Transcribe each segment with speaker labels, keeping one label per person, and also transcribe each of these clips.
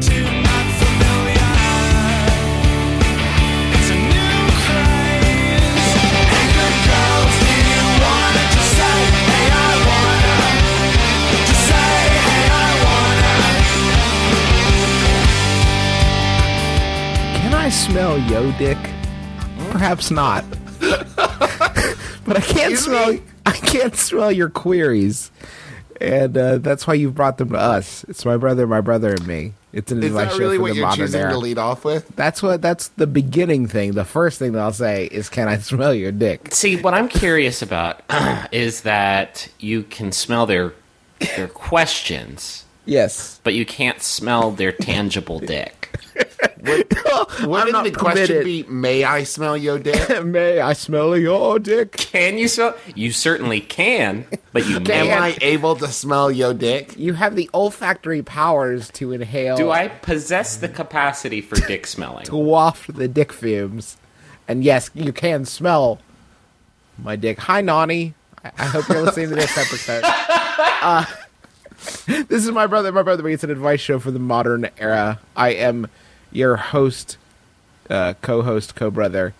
Speaker 1: too not familiar. It's a new craze. Hey, good girls, do you wanna just say, hey, I wanna? Just say, hey, I wanna.
Speaker 2: Can I smell yo dick? Perhaps not. but I can't smell I can't smell your queries. And uh, that's why you brought them to us. It's my brother, my brother, and me. It's an
Speaker 3: Is
Speaker 2: advice
Speaker 3: that
Speaker 2: show
Speaker 3: really
Speaker 2: for
Speaker 3: what
Speaker 2: the
Speaker 3: you're
Speaker 2: modern
Speaker 3: choosing
Speaker 2: era.
Speaker 3: to lead off with?
Speaker 2: That's what. That's the beginning thing. The first thing that I'll say is, "Can I smell your dick?"
Speaker 4: See, what I'm curious about is that you can smell their their questions,
Speaker 2: Yes.
Speaker 4: but you can't smell their tangible dick.
Speaker 2: I'm
Speaker 3: Wouldn't
Speaker 2: not
Speaker 3: the question
Speaker 2: permitted.
Speaker 3: be, may I smell your dick?
Speaker 2: May I smell your dick?
Speaker 4: Can you smell? You certainly can, but you
Speaker 3: Am
Speaker 4: never.
Speaker 3: I able to smell your dick?
Speaker 2: You have the olfactory powers to inhale.
Speaker 4: Do I possess the capacity for dick smelling?
Speaker 2: waft the dick fumes. And yes, you can smell my dick. Hi, Nani. I, I hope you're listening to this episode. Uh, this is my brother. My brother. Me. It's an advice show for the modern era. I am your host, uh, co-host, co-brother,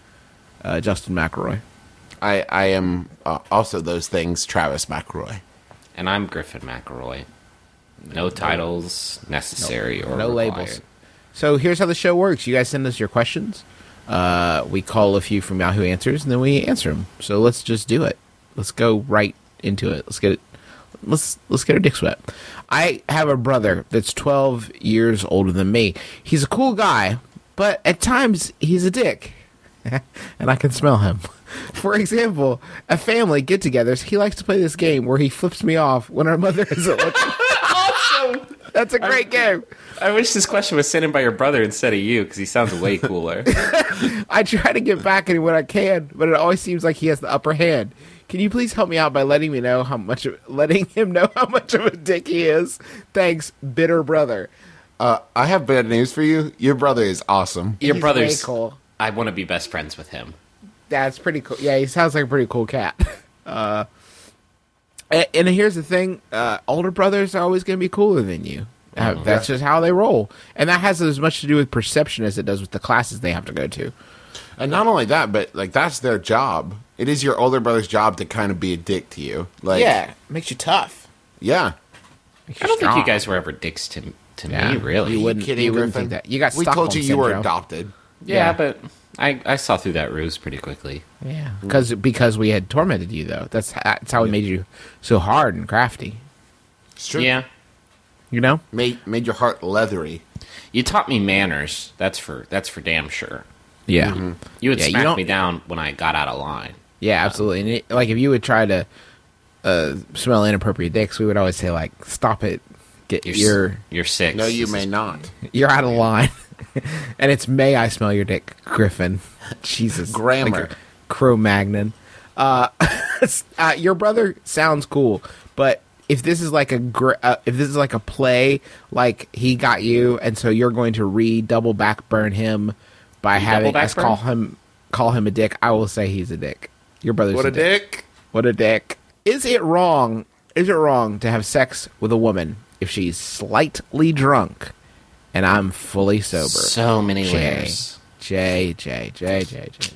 Speaker 2: uh, Justin McElroy.
Speaker 3: I, I am uh, also those things, Travis McRoy.
Speaker 4: And I'm Griffin McElroy. No titles necessary or
Speaker 2: no
Speaker 4: required.
Speaker 2: labels. So here's how the show works. You guys send us your questions. Uh, we call a few from Yahoo Answers, and then we answer them. So let's just do it. Let's go right into it. Let's get it. Let's let's get our dicks wet. I have a brother that's 12 years older than me. He's a cool guy, but at times he's a dick, and I can smell him. For example, at family get-togethers, he likes to play this game where he flips me off when our mother isn't looking.
Speaker 4: Awesome.
Speaker 2: That's a great game.
Speaker 4: I wish this question was sent in by your brother instead of you because he sounds way cooler.
Speaker 2: I try to get back at him when I can, but it always seems like he has the upper hand. Can you please help me out by letting me know how much of, letting him know how much of a dick he is? Thanks, bitter brother.
Speaker 3: Uh, I have bad news for you. Your brother is awesome.
Speaker 4: your
Speaker 2: He's
Speaker 4: brother's
Speaker 2: way cool.
Speaker 4: I want to be best friends with him.
Speaker 2: That's pretty cool. Yeah, he sounds like a pretty cool cat. Uh, and, and here's the thing: uh, older brothers are always going to be cooler than you.
Speaker 4: Mm-hmm.
Speaker 2: Uh, that's just how they roll, and that has as much to do with perception as it does with the classes they have to go to.
Speaker 3: And not only that, but like that's their job. It is your older brother's job to kind of be a dick to you. Like,
Speaker 2: makes you tough.
Speaker 3: yeah.
Speaker 4: I don't think you guys were ever dicks to to me, really.
Speaker 2: You
Speaker 3: You
Speaker 2: wouldn't,
Speaker 3: kidding,
Speaker 2: you wouldn't
Speaker 3: Griffin?
Speaker 2: think that. You got
Speaker 3: we told
Speaker 2: Stockholm
Speaker 3: you you were
Speaker 2: syndrome.
Speaker 3: adopted.
Speaker 4: yeah,
Speaker 2: yeah.
Speaker 4: but I, I saw through that ruse pretty quickly.
Speaker 2: Yeah, because because we had tormented you though. That's ho- that's how we made you so hard and crafty.
Speaker 3: It's true.
Speaker 4: Yeah,
Speaker 2: You know,
Speaker 3: Made made your heart leathery.
Speaker 4: you taught me manners. That's for that's for damn sure.
Speaker 2: yeah,
Speaker 4: You would
Speaker 2: Yeah, you
Speaker 4: smack
Speaker 2: don't-
Speaker 4: me down when I got out of line.
Speaker 2: Mm-hmm. yeah, absolutely. And it, like if you would try to uh, smell inappropriate dicks, we would always say like, "Stop it, get
Speaker 4: You're
Speaker 2: your
Speaker 4: s-
Speaker 2: you're,
Speaker 4: you're six.
Speaker 3: No, you
Speaker 4: This
Speaker 3: may
Speaker 4: is-
Speaker 3: not.
Speaker 2: you're out of line." and it's may I smell your dick, Griffin. Jesus,
Speaker 3: Grammar.
Speaker 2: like a Cro-Magnon. Uh, uh, your brother sounds cool, but if this is like a gr- uh, if this is like a play, like he got you, and so you're going to re double back burn him by having
Speaker 4: back
Speaker 2: us
Speaker 4: burn?
Speaker 2: call him call him a dick. I will say he's a dick. Your brother's
Speaker 3: What a
Speaker 2: dick.
Speaker 3: dick.
Speaker 2: What a dick. Is it wrong? Is it wrong to have sex with a woman if she's slightly drunk and I'm fully sober?
Speaker 4: So many
Speaker 2: Jay,
Speaker 4: layers.
Speaker 2: Jay, Jay, Jay, Jay, Jay.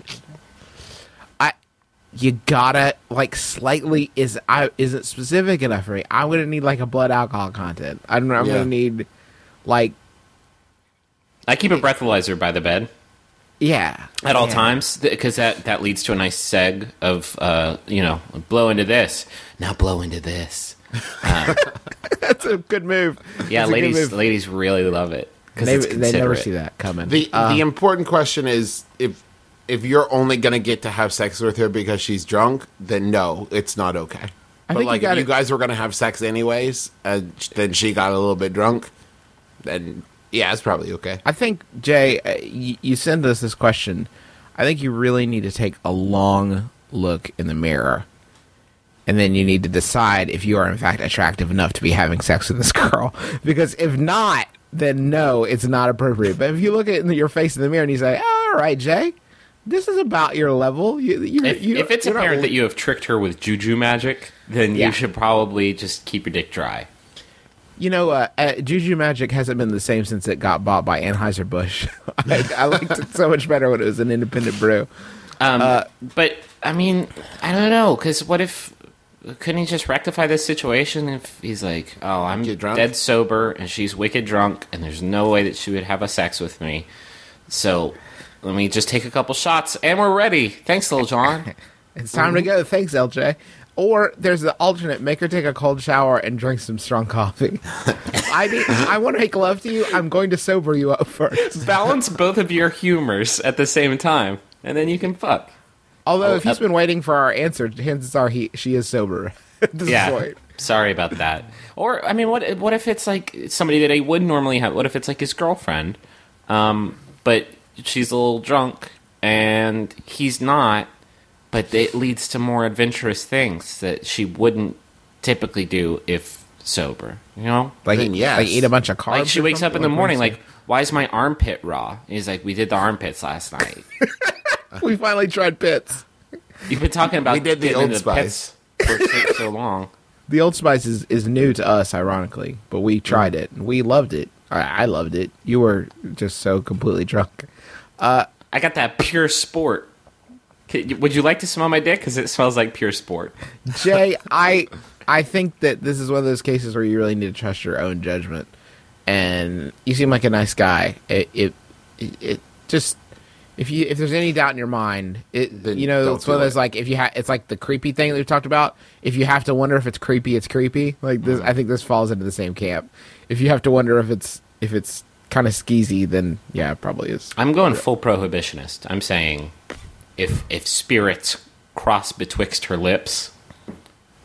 Speaker 2: I, you gotta like slightly is I isn't specific enough for me. I'm gonna need like a blood alcohol content. I don't know. I'm
Speaker 3: Yeah.
Speaker 2: gonna need like
Speaker 4: I keep a breathalyzer by the bed
Speaker 2: yeah
Speaker 4: at all
Speaker 2: Yeah.
Speaker 4: times because that that leads to a nice seg of uh you know blow into this now blow into this.
Speaker 2: That's a good move.
Speaker 4: Yeah,
Speaker 2: That's a good
Speaker 4: ladies
Speaker 2: move.
Speaker 4: ladies really love it because
Speaker 2: They, they never see
Speaker 4: that.
Speaker 2: that coming.
Speaker 3: The the important question is if if you're only gonna get to have sex with her because she's drunk, then no, it's not okay.
Speaker 2: I think
Speaker 3: but
Speaker 2: you
Speaker 3: like, if
Speaker 2: gotta-
Speaker 3: you guys were gonna have sex anyways, and sh- then she got a little bit drunk, then Yeah, it's probably okay.
Speaker 2: I think Jay, uh, y- you send us this question. I think you really need to take a long look in the mirror, and then you need to decide if you are in fact attractive enough to be having sex with this girl. Because if not, then no, it's not appropriate. But if you look at your face in the mirror and you say, "All right, Jay, this is about your level," you, you,
Speaker 4: If,
Speaker 2: you,
Speaker 4: if it's
Speaker 2: you're not
Speaker 4: apparent
Speaker 2: really-
Speaker 4: that you have tricked her with juju magic, then
Speaker 2: Yeah.
Speaker 4: you should probably just keep your dick dry.
Speaker 2: You know, uh, uh, Juju Magic hasn't been the same since it got bought by Anheuser Busch. I, I liked it so much better when it was an independent brew.
Speaker 4: Um, but I mean, I don't know, because what if couldn't he just rectify this situation if he's like, oh, I'm
Speaker 3: Get drunk?
Speaker 4: dead sober and she's wicked drunk and there's no way that she would have a sex with me, so let me just take a couple shots and we're ready. Thanks, Lil John.
Speaker 2: It's time
Speaker 4: Mm-hmm.
Speaker 2: to go. Thanks, LJ. Or there's the alternate: make her take a cold shower and drink some strong coffee. I need, I want to make love to you. I'm going to sober you up first.
Speaker 4: Balance both of your humors at the same time, and then you can fuck.
Speaker 2: Although, if he's
Speaker 4: uh,
Speaker 2: been waiting for our answer, chances are he she is sober. at this
Speaker 4: yeah.
Speaker 2: point.
Speaker 4: Sorry about that. Or I mean, what what if it's like somebody that I would normally have? What if it's like his girlfriend, um, but she's a little drunk and he's not, but it leads to more adventurous things that she wouldn't typically do if sober. You know,
Speaker 2: Like,
Speaker 3: Then yes.
Speaker 2: like eat a bunch of carbs.
Speaker 4: like she
Speaker 2: or
Speaker 4: wakes up
Speaker 2: something?
Speaker 4: in the
Speaker 2: Like,
Speaker 4: morning,
Speaker 2: what
Speaker 4: like, why is my armpit raw? He's like, we did the armpits last night.
Speaker 2: is it? we finally tried pits.
Speaker 4: You've been talking about
Speaker 3: We did the
Speaker 4: getting
Speaker 3: Old
Speaker 4: into
Speaker 3: Spice.
Speaker 4: pits for so- so long.
Speaker 2: The Old Spice is, is new to us, ironically, but we tried
Speaker 4: Mm.
Speaker 2: it and we loved it. I, I loved it. You were just so completely drunk.
Speaker 4: I got that pure sport. Could- Would you like to smell my dick? Because it smells like pure sport.
Speaker 2: Jay, I I think that this is one of those cases where you really need to trust your own judgment. And you seem like a nice guy. It it, it, it just if you if there's any doubt in your mind, it
Speaker 3: Then
Speaker 2: you know
Speaker 3: don't
Speaker 2: it's one of
Speaker 3: do
Speaker 2: those
Speaker 3: it.
Speaker 2: like if you ha- it's like the creepy thing that we talked about. If you have to wonder if it's creepy, it's creepy. Like this,
Speaker 3: Mm-hmm.
Speaker 2: I think this falls into the same camp. If you have to wonder if it's if it's kind of skeezy, then yeah, it probably is.
Speaker 4: I'm going full prohibitionist. I'm saying, if if spirits cross betwixt her lips,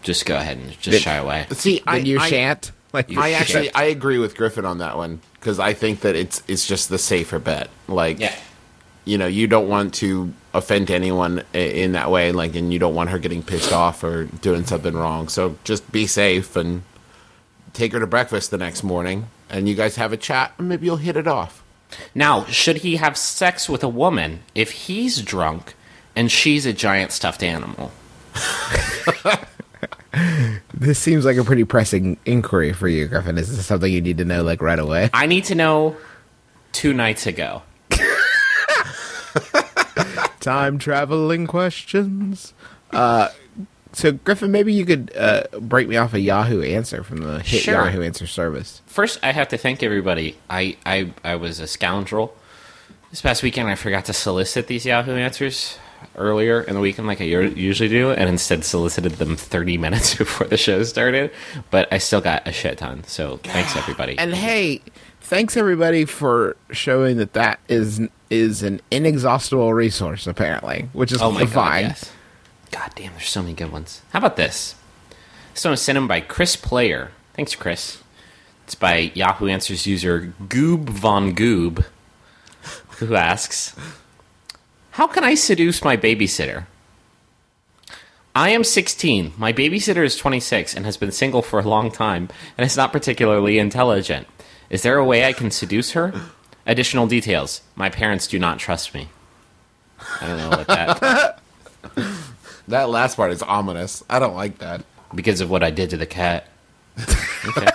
Speaker 4: just go ahead and just shy away.
Speaker 3: See, I,
Speaker 2: Then you
Speaker 3: I,
Speaker 2: shan't. Like
Speaker 4: You
Speaker 3: I
Speaker 4: shan't.
Speaker 3: actually I agree with Griffin on that one because I think that it's it's just the safer bet. Like,
Speaker 4: Yeah,
Speaker 3: you know, you don't want to offend anyone i- in that way, like, and you don't want her getting pissed off or doing something wrong. So just be safe and take her to breakfast the next morning, and you guys have a chat, and maybe you'll hit it off.
Speaker 4: Now, should he have sex with a woman if he's drunk and she's a giant stuffed animal?
Speaker 2: This seems like a pretty pressing inquiry for you, Griffin. Is this something you need to know like right away?
Speaker 4: I need to know two nights ago.
Speaker 2: Time traveling questions. Uh, so Griffin, maybe you could uh, break me off a Yahoo answer from the hit
Speaker 4: Sure.
Speaker 2: Yahoo answer service.
Speaker 4: First, I have to thank everybody. I, I, I was a scoundrel. This past weekend, I forgot to solicit these Yahoo answers earlier in the weekend, like I u- usually do, and instead solicited them 30 minutes before the show started. But I still got a shit ton. So thanks, everybody.
Speaker 2: And hey, thanks everybody for showing that that is is an inexhaustible resource apparently, which is
Speaker 4: oh my god,
Speaker 2: fine.
Speaker 4: yes. God damn, there's so many good ones. How about this? This one was sent in by Chris Player. Thanks, Chris. It's by Yahoo Answers user Goob Von Goob, who asks, How can I seduce my babysitter? I am 16. My babysitter is 26 and has been single for a long time and is not particularly intelligent. Is there a way I can seduce her? Additional details. My parents do not trust me. I don't know what that
Speaker 3: That last part is ominous. I don't like that.
Speaker 4: because of what I did to the cat. Okay.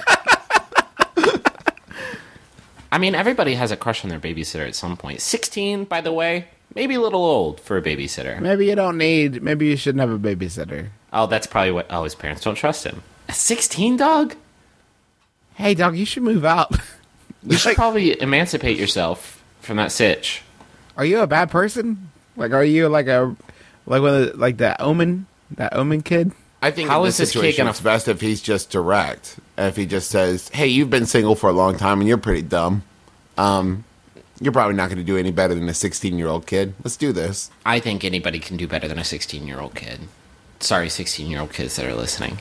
Speaker 4: I mean, everybody has a crush on their babysitter at some point. 16, by the way, maybe a little old for a babysitter.
Speaker 2: Maybe you don't need. Maybe you shouldn't have a babysitter.
Speaker 4: Oh, that's probably what. Oh, his parents don't trust him. A 16 dog?
Speaker 2: Hey, dog, you should move out.
Speaker 4: You should probably emancipate yourself from that sitch.
Speaker 2: are you a bad person? Like, are you like a like one of the, like that Omen that Omen kid?
Speaker 3: I think
Speaker 4: How
Speaker 3: in
Speaker 4: is
Speaker 3: this
Speaker 4: this kid
Speaker 3: situation,
Speaker 4: gonna-
Speaker 3: it's best if he's just direct. If he just says, "Hey, you've been single for a long time and you're pretty dumb. Um, you're probably not going to do any better than a 16 year old kid. Let's do this."
Speaker 4: I think anybody can do better than a 16 year old kid. Sorry, 16 year old kids that are listening.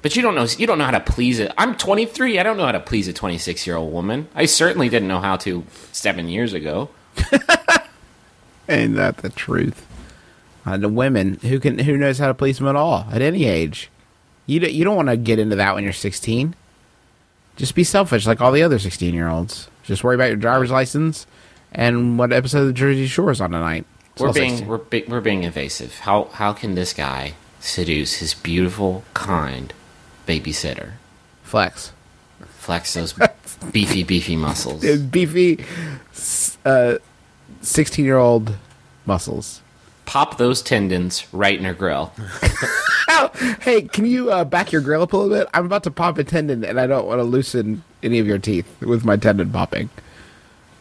Speaker 4: But you don't know you don't know how to please it. I'm 23. I don't know how to please a 26 year old woman. I certainly didn't know how to seven years ago.
Speaker 2: Ain't that the truth? Uh, the women who can who knows how to please them at all at any age. You don't, you don't want to get into that when you're 16. Just be selfish like all the other 16 year olds. Just worry about your driver's license and what episode of the Jersey Shore is on tonight. It's
Speaker 4: We're
Speaker 2: all
Speaker 4: being
Speaker 2: 16.
Speaker 4: we're, be, we're being invasive. How how can this guy seduce his beautiful, kind babysitter?
Speaker 2: flex.
Speaker 4: Flex those beefy beefy muscles.
Speaker 2: Beefy, s- uh, 16 year old muscles.
Speaker 4: Pop those tendons right in her grill.
Speaker 2: Hey, can you uh, back your grill up a little bit? I'm about to pop a tendon, and I don't want to loosen any of your teeth with my tendon popping.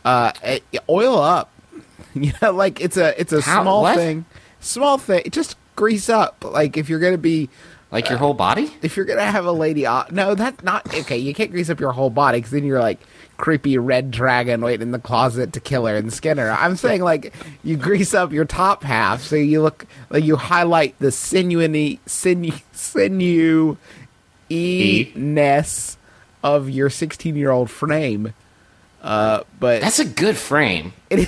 Speaker 2: Uh, eh, oil up. You know, like it's a it's a
Speaker 4: How-
Speaker 2: small
Speaker 4: what?
Speaker 2: thing, small thing. Just grease up. Like if you're gonna be,
Speaker 4: Like your whole body?
Speaker 2: if you're gonna have a lady, o- no, that's not okay. You can't grease up your whole body because then you're like creepy red dragon waiting in the closet to kill her and skin her. I'm saying like you grease up your top half so you look like you highlight the sinewy sinew sinew e ness of your 16 year old frame. Uh, but
Speaker 4: That's a good frame.
Speaker 2: good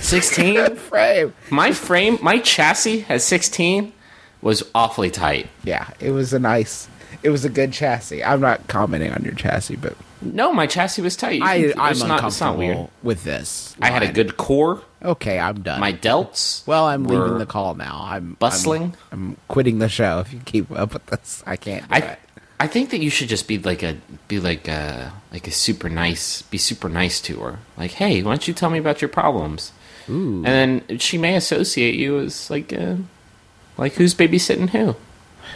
Speaker 4: 16?
Speaker 2: frame.
Speaker 4: my frame, my chassis at 16 was awfully tight.
Speaker 2: Yeah, it was a nice. It was a good chassis. I'm not commenting on your chassis, but
Speaker 4: No, my chassis was tight. You
Speaker 2: I,
Speaker 4: can-
Speaker 2: I'm
Speaker 4: it's not-
Speaker 2: uncomfortable
Speaker 4: it's not weird.
Speaker 2: with this.
Speaker 4: I had a good core.
Speaker 2: Okay, I'm done.
Speaker 4: My delts.
Speaker 2: well, I'm
Speaker 4: were
Speaker 2: leaving the call now. I'm I'm-
Speaker 4: Bustling.
Speaker 2: I'm, quitting the show if you keep up with this. I can't. Do
Speaker 4: I
Speaker 2: it.
Speaker 4: I think that you should just be like a be like a like a super nice be super nice to her. Like, hey, why don't you tell me about your problems? Ooh. And then she may associate you as like uh, like who's babysitting who.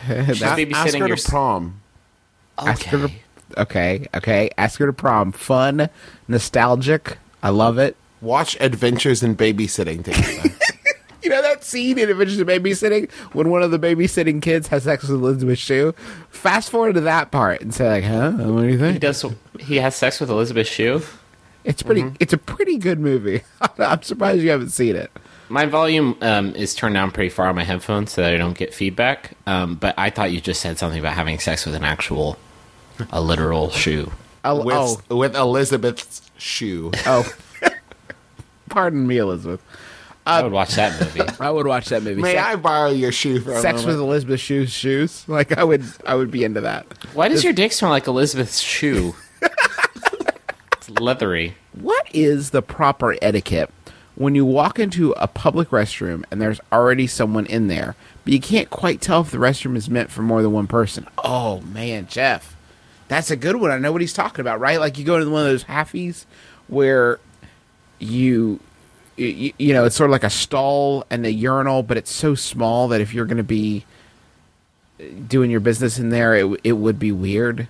Speaker 4: She's
Speaker 3: Ask
Speaker 4: babysitting
Speaker 3: her
Speaker 4: your
Speaker 3: to prom.
Speaker 2: Ask her to,
Speaker 4: okay.
Speaker 2: okay, okay. Ask her to prom. Fun, nostalgic. I love it.
Speaker 3: Watch Adventures in Babysitting together.
Speaker 2: You know that scene in Adventures in Babysitting when one of the babysitting kids has sex with Elizabeth Shue? Fast forward to that part and say like, huh? What do you
Speaker 4: He
Speaker 2: think?
Speaker 4: does. He has sex with Elizabeth Shue.
Speaker 2: It's pretty.
Speaker 4: Mm-hmm.
Speaker 2: It's a pretty good movie. I'm surprised you haven't seen it.
Speaker 4: My volume um, is turned down pretty far on my headphones so that I don't get feedback. Um, but I thought you just said something about having sex with an actual, a literal shoe.
Speaker 2: I'll-
Speaker 3: with,
Speaker 2: oh,
Speaker 3: with Elizabeth's shoe.
Speaker 2: oh. Pardon me, Elizabeth. Uh,
Speaker 4: I would watch that movie.
Speaker 2: I would watch that movie.
Speaker 3: May
Speaker 2: Sex-
Speaker 3: I borrow your shoe for a
Speaker 2: sex with
Speaker 3: moment?
Speaker 2: Elizabeth Shoes shoes. Like I would, I would be into that.
Speaker 4: Why does your dick smell like Elizabeth's shoe? it's leathery.
Speaker 2: What is the proper etiquette when you walk into a public restroom and there's already someone in there, but you can't quite tell if the restroom is meant for more than one person? Oh man, Jeff, that's a good one. I know what he's talking about, right? Like you go to one of those halfies where you. You, you know, it's sort of like a stall and a urinal, but it's so small that if you're going to be doing your business in there, it, w- it would be weird.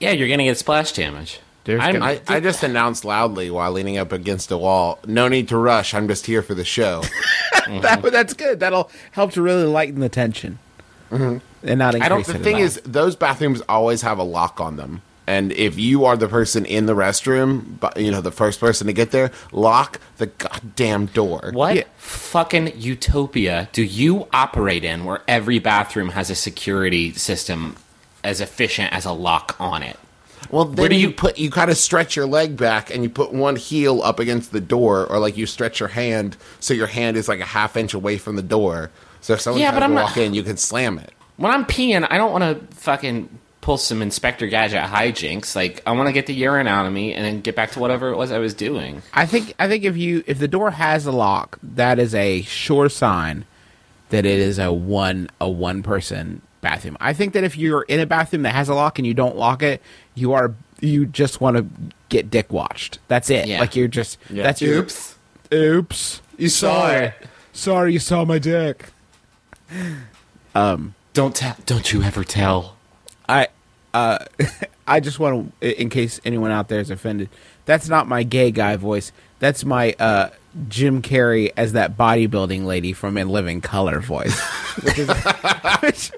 Speaker 4: Yeah, you're gonna get splash damage.
Speaker 2: There's
Speaker 4: I'm-
Speaker 2: gonna-
Speaker 3: I, I just announced loudly while leaning up against a wall. No need to rush. I'm just here for the show.
Speaker 2: that, but that's good. That'll help to really lighten the tension and not increase
Speaker 3: I don't. The
Speaker 2: it at
Speaker 3: thing
Speaker 2: all.
Speaker 3: is, those bathrooms always have a lock on them, and if you are the person in the restroom, but you know the first person to get there, lock the goddamn door.
Speaker 4: What
Speaker 2: Yeah.
Speaker 4: fucking utopia do you operate in where every bathroom has a security system as efficient as a lock on it?
Speaker 3: Well, then
Speaker 4: do
Speaker 3: you,
Speaker 4: you-
Speaker 3: put? You kind of stretch your leg back, and you put one heel up against the door, or like you stretch your hand so your hand is like a half inch away from the door. So if someone
Speaker 4: Yeah,
Speaker 3: tries
Speaker 4: but
Speaker 3: to
Speaker 4: I'm not-
Speaker 3: walk in, you can slam it.
Speaker 4: when I'm peeing, I don't want to fucking pull some Inspector Gadget hijinks. Like, I want to get the urine out of me and then get back to whatever it was I was doing.
Speaker 2: I think I think if you if the door has a lock, that is a sure sign that it is a one a one person bathroom. I think that if you're in a bathroom that has a lock and you don't lock it, you are you just want to get dick watched. That's it.
Speaker 4: Yeah.
Speaker 2: Like you're just that's your-
Speaker 4: Oops.
Speaker 2: oops. You saw it. Sorry, you saw my dick.
Speaker 4: Don't tell. Don't you ever tell.
Speaker 2: I uh, I just want to, in case anyone out there is offended, that's not my gay guy voice. That's my uh, Jim Carrey as that bodybuilding lady from In Living Color voice, which is which,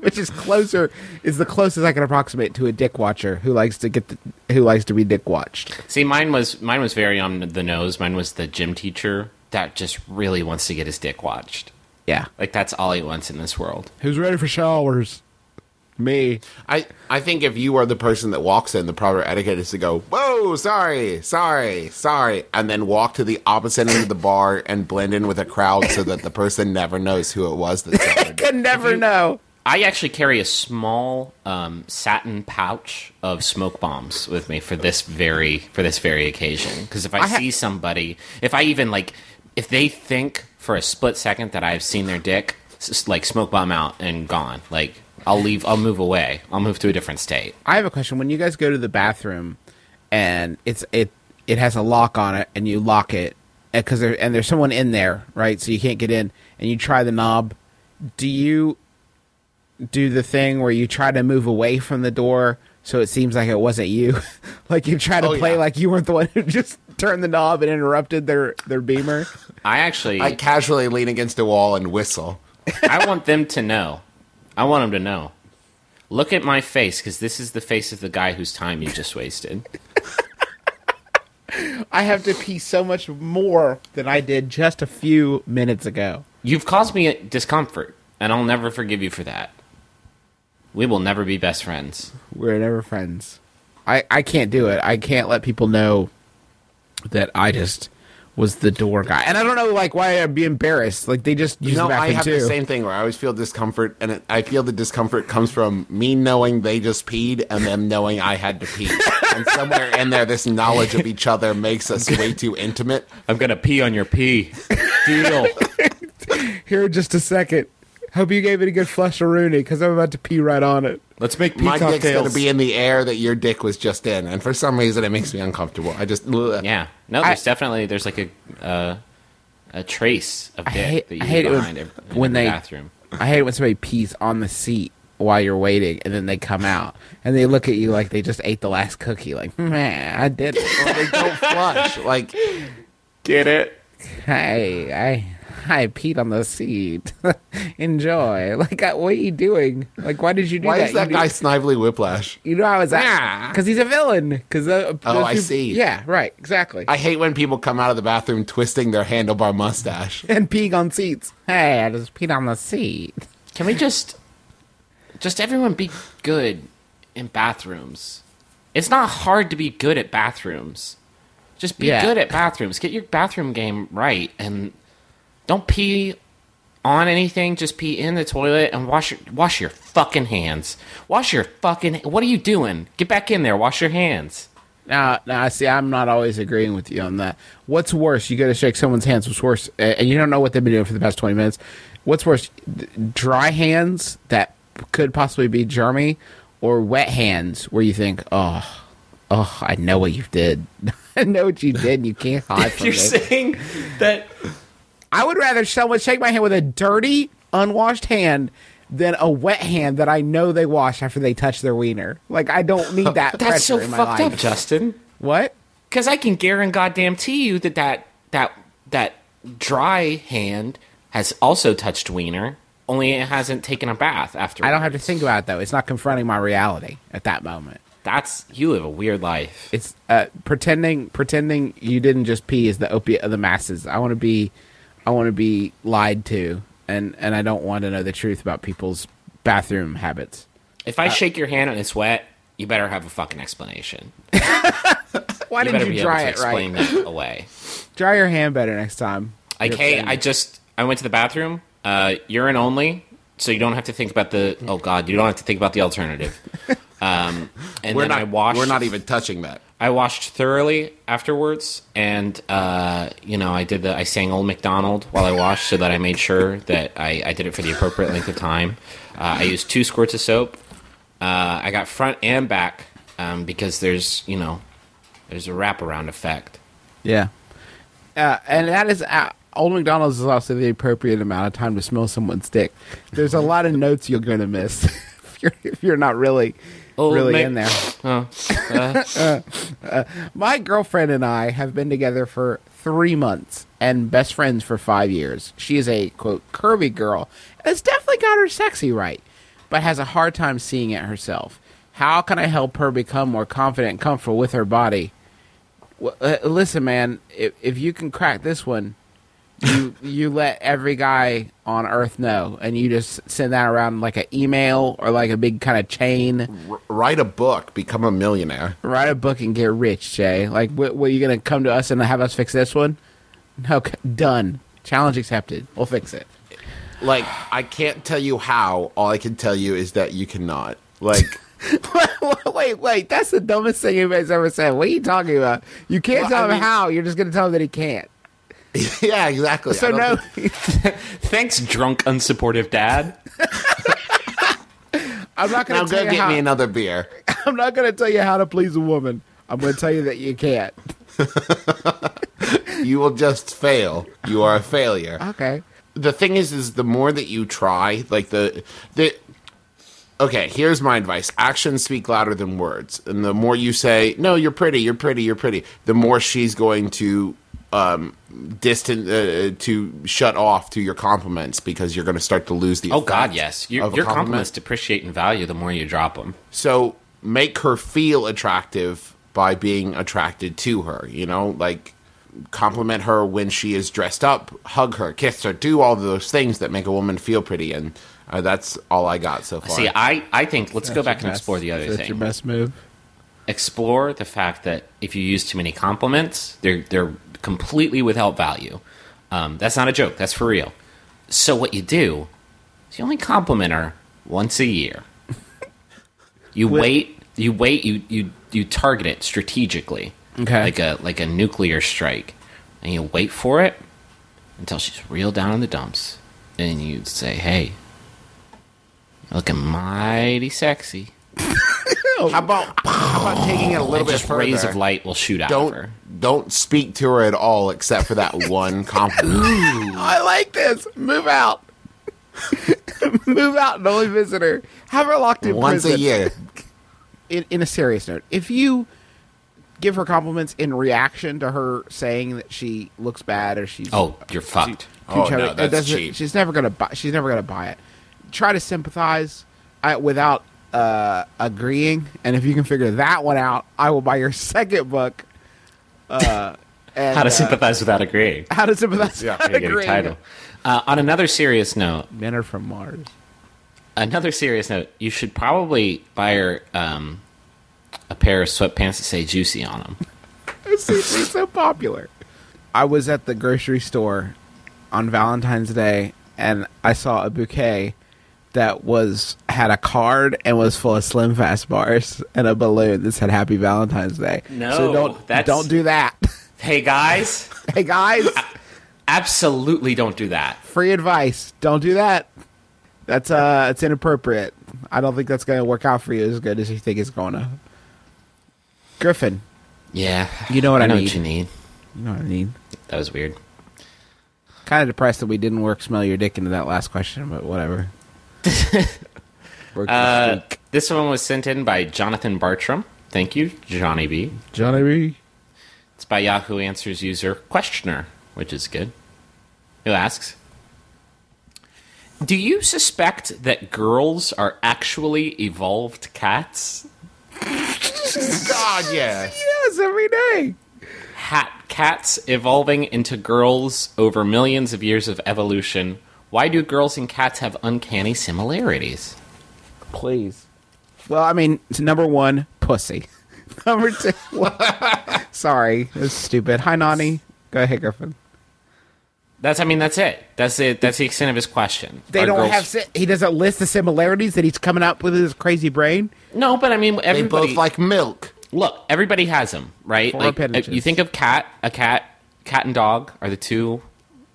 Speaker 2: which is closer is the closest I can approximate to a dick watcher who likes to get the, who likes to be dick watched.
Speaker 4: See, mine was mine was very on the nose. Mine was the gym teacher that just really wants to get his dick watched.
Speaker 2: Yeah,
Speaker 4: Like that's all he wants in this world.
Speaker 2: who's ready for showers? Me.
Speaker 3: I, I think if you are the person that walks in, the proper etiquette is to go, whoa, sorry, sorry, sorry, and then walk to the opposite end of the bar and blend in with a crowd so that the person never knows who it was that suffered.
Speaker 2: Could never know.
Speaker 4: I actually carry a small um, satin pouch of smoke bombs with me for this very for this very occasion. Because if I,
Speaker 2: ha-
Speaker 4: see somebody, if I even like, if they think for a split second that I've seen their dick, s- s- like smoke bomb out and gone. Like I'll leave. I'll move away. I'll move to a different state.
Speaker 2: I have a question. When you guys go to the bathroom, and it's it it has a lock on it, and you lock it because there and there's someone in there, right? So you can't get in, and you try the knob. Do you do the thing where you try to move away from the door so it seems like it wasn't you? like you try to
Speaker 3: Oh,
Speaker 2: play
Speaker 3: yeah.
Speaker 2: like you weren't the one who just turned the knob and interrupted their their beamer.
Speaker 4: I actually,
Speaker 3: I casually lean against a wall and whistle.
Speaker 4: I want them to know. I want them to know. Look at my face because this is the face of the guy whose time you just wasted.
Speaker 2: I have to pee so much more than I did just a few minutes ago.
Speaker 4: You've caused me discomfort, and I'll never forgive you for that. We will never be best friends.
Speaker 2: We're never friends. I, I can't do it. I can't let people know that I just was the door guy. And I don't know like why I'd be embarrassed. Like they just use
Speaker 3: No,
Speaker 2: the
Speaker 3: I
Speaker 2: bathroom
Speaker 3: have
Speaker 2: too.
Speaker 3: the same thing where I always feel discomfort, and it, I feel the discomfort comes from me knowing they just peed and them knowing I had to pee. and somewhere in there, this knowledge of each other makes us way too intimate.
Speaker 4: I'm gonna pee on your pee. Deal.
Speaker 2: Here in just a second. Hope you gave it a good flush of Rooney because I'm about to pee right on it.
Speaker 4: Let's make pee
Speaker 3: My dick's going
Speaker 4: cocktails.
Speaker 3: to be in the air that your dick was just in, and for some reason, it makes me uncomfortable. I just ugh.
Speaker 4: yeah. No, there's definitely there's like a uh, a trace of dick
Speaker 2: hate-
Speaker 4: that you
Speaker 2: I hate
Speaker 4: leave
Speaker 2: it when-
Speaker 4: behind every, in
Speaker 2: when
Speaker 4: every
Speaker 2: they-
Speaker 4: bathroom.
Speaker 2: I hate when somebody pees on the seat while you're waiting and then they come out and they look at you like they just ate the last cookie. Like, man, I did it.
Speaker 3: Or they don't flush. Like
Speaker 4: Get it?
Speaker 2: Hey, I, I peed on the seat. Enjoy. Like, I- what are you doing? Like, why did you do
Speaker 3: why
Speaker 2: that?
Speaker 3: is that
Speaker 2: you,
Speaker 3: guy Snively Whiplash?
Speaker 2: you know, I was
Speaker 3: Ah.
Speaker 2: because he's a villain. Because
Speaker 3: Oh, I see.
Speaker 2: Yeah, right, exactly.
Speaker 3: I hate when people come out of the bathroom twisting their handlebar mustache.
Speaker 2: and peeing on seats. Hey, I just peed on the seat.
Speaker 4: Can we just just everyone be good in bathrooms? It's not hard to be good at bathrooms. Just be
Speaker 2: Yeah.
Speaker 4: good at bathrooms. Get your bathroom game right and don't pee on anything. Just pee in the toilet and wash your, wash your fucking hands. Wash your fucking What are you doing? Get back in there. Wash your hands.
Speaker 2: Now, now, Uh, I see. I'm not always agreeing with you on that. What's worse? You go to shake someone's hands. What's worse? a- And you don't know what they've been doing for the past 20 minutes. What's worse? d- Dry hands that could possibly be germy, or wet hands where you think, oh, oh, I know what you did. I know what you did. and You can't hide from it.
Speaker 4: saying that
Speaker 2: I would rather someone shake my hand with a dirty, unwashed hand than a wet hand that I know they wash after they touch their wiener. Like I don't need that.
Speaker 4: that's so
Speaker 2: pressure in my
Speaker 4: fucked
Speaker 2: life.
Speaker 4: up, Justin.
Speaker 2: What?
Speaker 4: Because I can guarantee goddamn tea you that that that that dry hand has also touched wiener, only it hasn't taken a bath after.
Speaker 2: I don't have to think about it though. It's not confronting my reality at that moment.
Speaker 4: That's you live a weird life.
Speaker 2: It's uh, pretending pretending you didn't just pee is the opiate of the masses. I want to be I want to be lied to and and I don't want to know the truth about people's bathroom habits.
Speaker 4: If
Speaker 2: Uh,
Speaker 4: I shake your hand and it's wet, you better have a fucking explanation.
Speaker 2: Why
Speaker 4: You better
Speaker 2: didn't
Speaker 4: be
Speaker 2: you
Speaker 4: able
Speaker 2: dry
Speaker 4: to
Speaker 2: it right?
Speaker 4: explain that away.
Speaker 2: Dry your hand better next time.
Speaker 4: Like,
Speaker 2: You're
Speaker 4: hey,
Speaker 2: offended.
Speaker 4: I just I went to the bathroom, uh, urine only, so you don't have to think about the oh god, you don't have to think about the alternative. Um, and
Speaker 3: We're
Speaker 4: then I
Speaker 3: not.
Speaker 4: washed.
Speaker 3: we're not even touching that.
Speaker 4: I washed thoroughly afterwards, and uh, you know, I did the I sang Old McDonald while I washed, so that I made sure that I, I did it for the appropriate length of time. Uh, I used two squirts of soap. Uh, I got front and back um, because there's you know there's a wraparound effect.
Speaker 2: Yeah. Uh, and that is uh, Old McDonald's is also the appropriate amount of time to smell someone's dick. There's a lot of notes you're going to miss if you're if you're not really
Speaker 4: Old
Speaker 2: really
Speaker 4: Mc- Uh.
Speaker 2: in there. Uh, My girlfriend and I have been together for three months and best friends for five years. She is a quote curvy girl. It's definitely got her sexy right, but has a hard time seeing it herself. How can I help her become more confident and comfortable with her body? Well, uh, listen, man, if, if you can crack this one, you you let every guy on Earth know, and you just send that around like an email or like a big kind of chain.
Speaker 3: R- write a book, become a millionaire.
Speaker 2: Write a book and get rich, Jay. Like, what, what are you gonna come to us and have us fix this one? Okay, done. Challenge accepted. We'll fix it.
Speaker 3: Like I can't tell you how. All I can tell you is that you cannot. Like
Speaker 2: wait, wait. That's the dumbest thing anybody's ever said. What are you talking about? You can't
Speaker 3: Well,
Speaker 2: tell
Speaker 3: I
Speaker 2: him
Speaker 3: mean-
Speaker 2: how. You're just gonna tell him that he can't.
Speaker 3: yeah, exactly. I
Speaker 2: So
Speaker 3: don't
Speaker 2: no.
Speaker 3: think-
Speaker 4: Thanks, drunk, unsupportive dad.
Speaker 2: I'm not gonna
Speaker 3: now
Speaker 2: tell
Speaker 3: go
Speaker 2: you
Speaker 3: get
Speaker 2: how.
Speaker 3: me another beer.
Speaker 2: I'm not gonna tell you how to please a woman. I'm gonna tell you that you can't.
Speaker 3: You will just fail. You are a failure.
Speaker 2: Okay.
Speaker 3: the thing is is the more that you try like the the okay here's my advice actions speak louder than words and the more you say no you're pretty you're pretty you're pretty the more she's going to um distant uh, to shut off to your compliments because you're going to start to lose the
Speaker 4: Oh God,
Speaker 3: effect
Speaker 4: yes. Your,
Speaker 3: of a
Speaker 4: your
Speaker 3: compliment.
Speaker 4: compliments depreciate in value the more you drop them.
Speaker 3: so make her feel attractive by being attracted to her you know like compliment her when she is dressed up hug her kiss her do all those things that make a woman feel pretty and uh, that's all i got so far
Speaker 4: See, I, I think let's go back and explore the other
Speaker 2: That's your
Speaker 4: thing.
Speaker 2: best move.
Speaker 4: Explore the fact that if you use too many compliments, they're they're completely without value. Um, that's not a joke. That's for real. So what you do is you only compliment her once a year. You wait. You wait. You you you target it strategically.
Speaker 2: Okay.
Speaker 4: Like a like a nuclear strike, and you wait for it until she's real down in the dumps, and you say, "Hey, you're looking mighty sexy."
Speaker 3: how about, how about taking it a little
Speaker 4: And
Speaker 3: bit
Speaker 4: just rays
Speaker 3: further
Speaker 4: of light will shoot out of
Speaker 3: don't
Speaker 4: her.
Speaker 3: don't speak to her at all except for that one compliment
Speaker 2: I like this. Move out. Move out and only visit her. Have her locked in
Speaker 3: once a
Speaker 2: prison.
Speaker 3: year
Speaker 2: In, in a serious note, if you give her compliments in reaction to her saying that she looks bad or she's
Speaker 4: Oh, you're fucked.
Speaker 3: Oh,
Speaker 2: too chubby,
Speaker 3: no,
Speaker 2: it
Speaker 3: that's
Speaker 2: doesn't-
Speaker 3: cheap.
Speaker 2: She's never gonna buy. She's never gonna buy it. Try to sympathize uh, without uh, agreeing, and if you can figure that one out, I will buy your second book. Uh, and,
Speaker 4: How to
Speaker 2: uh,
Speaker 4: sympathize without agreeing.
Speaker 2: How to sympathize?
Speaker 3: Yeah,
Speaker 2: without
Speaker 4: Pretty good
Speaker 2: agreeing.
Speaker 4: title. Uh, on another serious note,
Speaker 2: Men are from Mars.
Speaker 4: another serious note, you should probably buy her um, a pair of sweatpants that say "juicy" on them.
Speaker 2: It's so popular. I was at the grocery store on Valentine's Day and I saw a bouquet that was had a card and was full of Slim Fast bars and a balloon that said Happy Valentine's Day.
Speaker 4: No,
Speaker 2: so don't
Speaker 4: that's-
Speaker 2: don't do that.
Speaker 4: Hey guys,
Speaker 2: hey guys,
Speaker 4: absolutely don't do that.
Speaker 2: free advice: don't do that. That's uh, it's inappropriate. I don't think that's going to work out for you as good as you think it's going to. Griffin,
Speaker 4: Yeah,
Speaker 2: You know what I
Speaker 4: know
Speaker 2: need.
Speaker 4: What you need.
Speaker 2: you know what I mean.
Speaker 4: That was weird.
Speaker 2: Kind of depressed that we didn't work smell your dick into that last question, but whatever. Worked
Speaker 4: Uh,
Speaker 2: this week.
Speaker 4: this one was sent in by Jonathan Bartram. Thank you, Johnny B.
Speaker 2: Johnny B.
Speaker 4: It's by Yahoo Answers user Questioner, which is good. Who asks Do you suspect that girls are actually evolved cats?
Speaker 3: god yes
Speaker 2: Yes, every day.
Speaker 4: Hat cats evolving into girls over millions of years of evolution. Why do girls and cats have uncanny similarities?
Speaker 2: Please. Well, I mean, it's number one, pussy. number two. Sorry, that's stupid. Hi, Nani. Go ahead, Griffin.
Speaker 4: That's I mean that's it. That's it. That's the extent of his question.
Speaker 2: They
Speaker 4: Are
Speaker 2: don't
Speaker 4: girls-
Speaker 2: have. Si- he doesn't list the similarities that he's coming up with in his crazy brain.
Speaker 4: No, but I mean
Speaker 3: they
Speaker 4: everybody
Speaker 3: both like milk
Speaker 4: look, everybody has them, right?
Speaker 2: Four
Speaker 4: like
Speaker 2: appendages.
Speaker 4: uh, you think of cat, a cat, cat and dog are the two,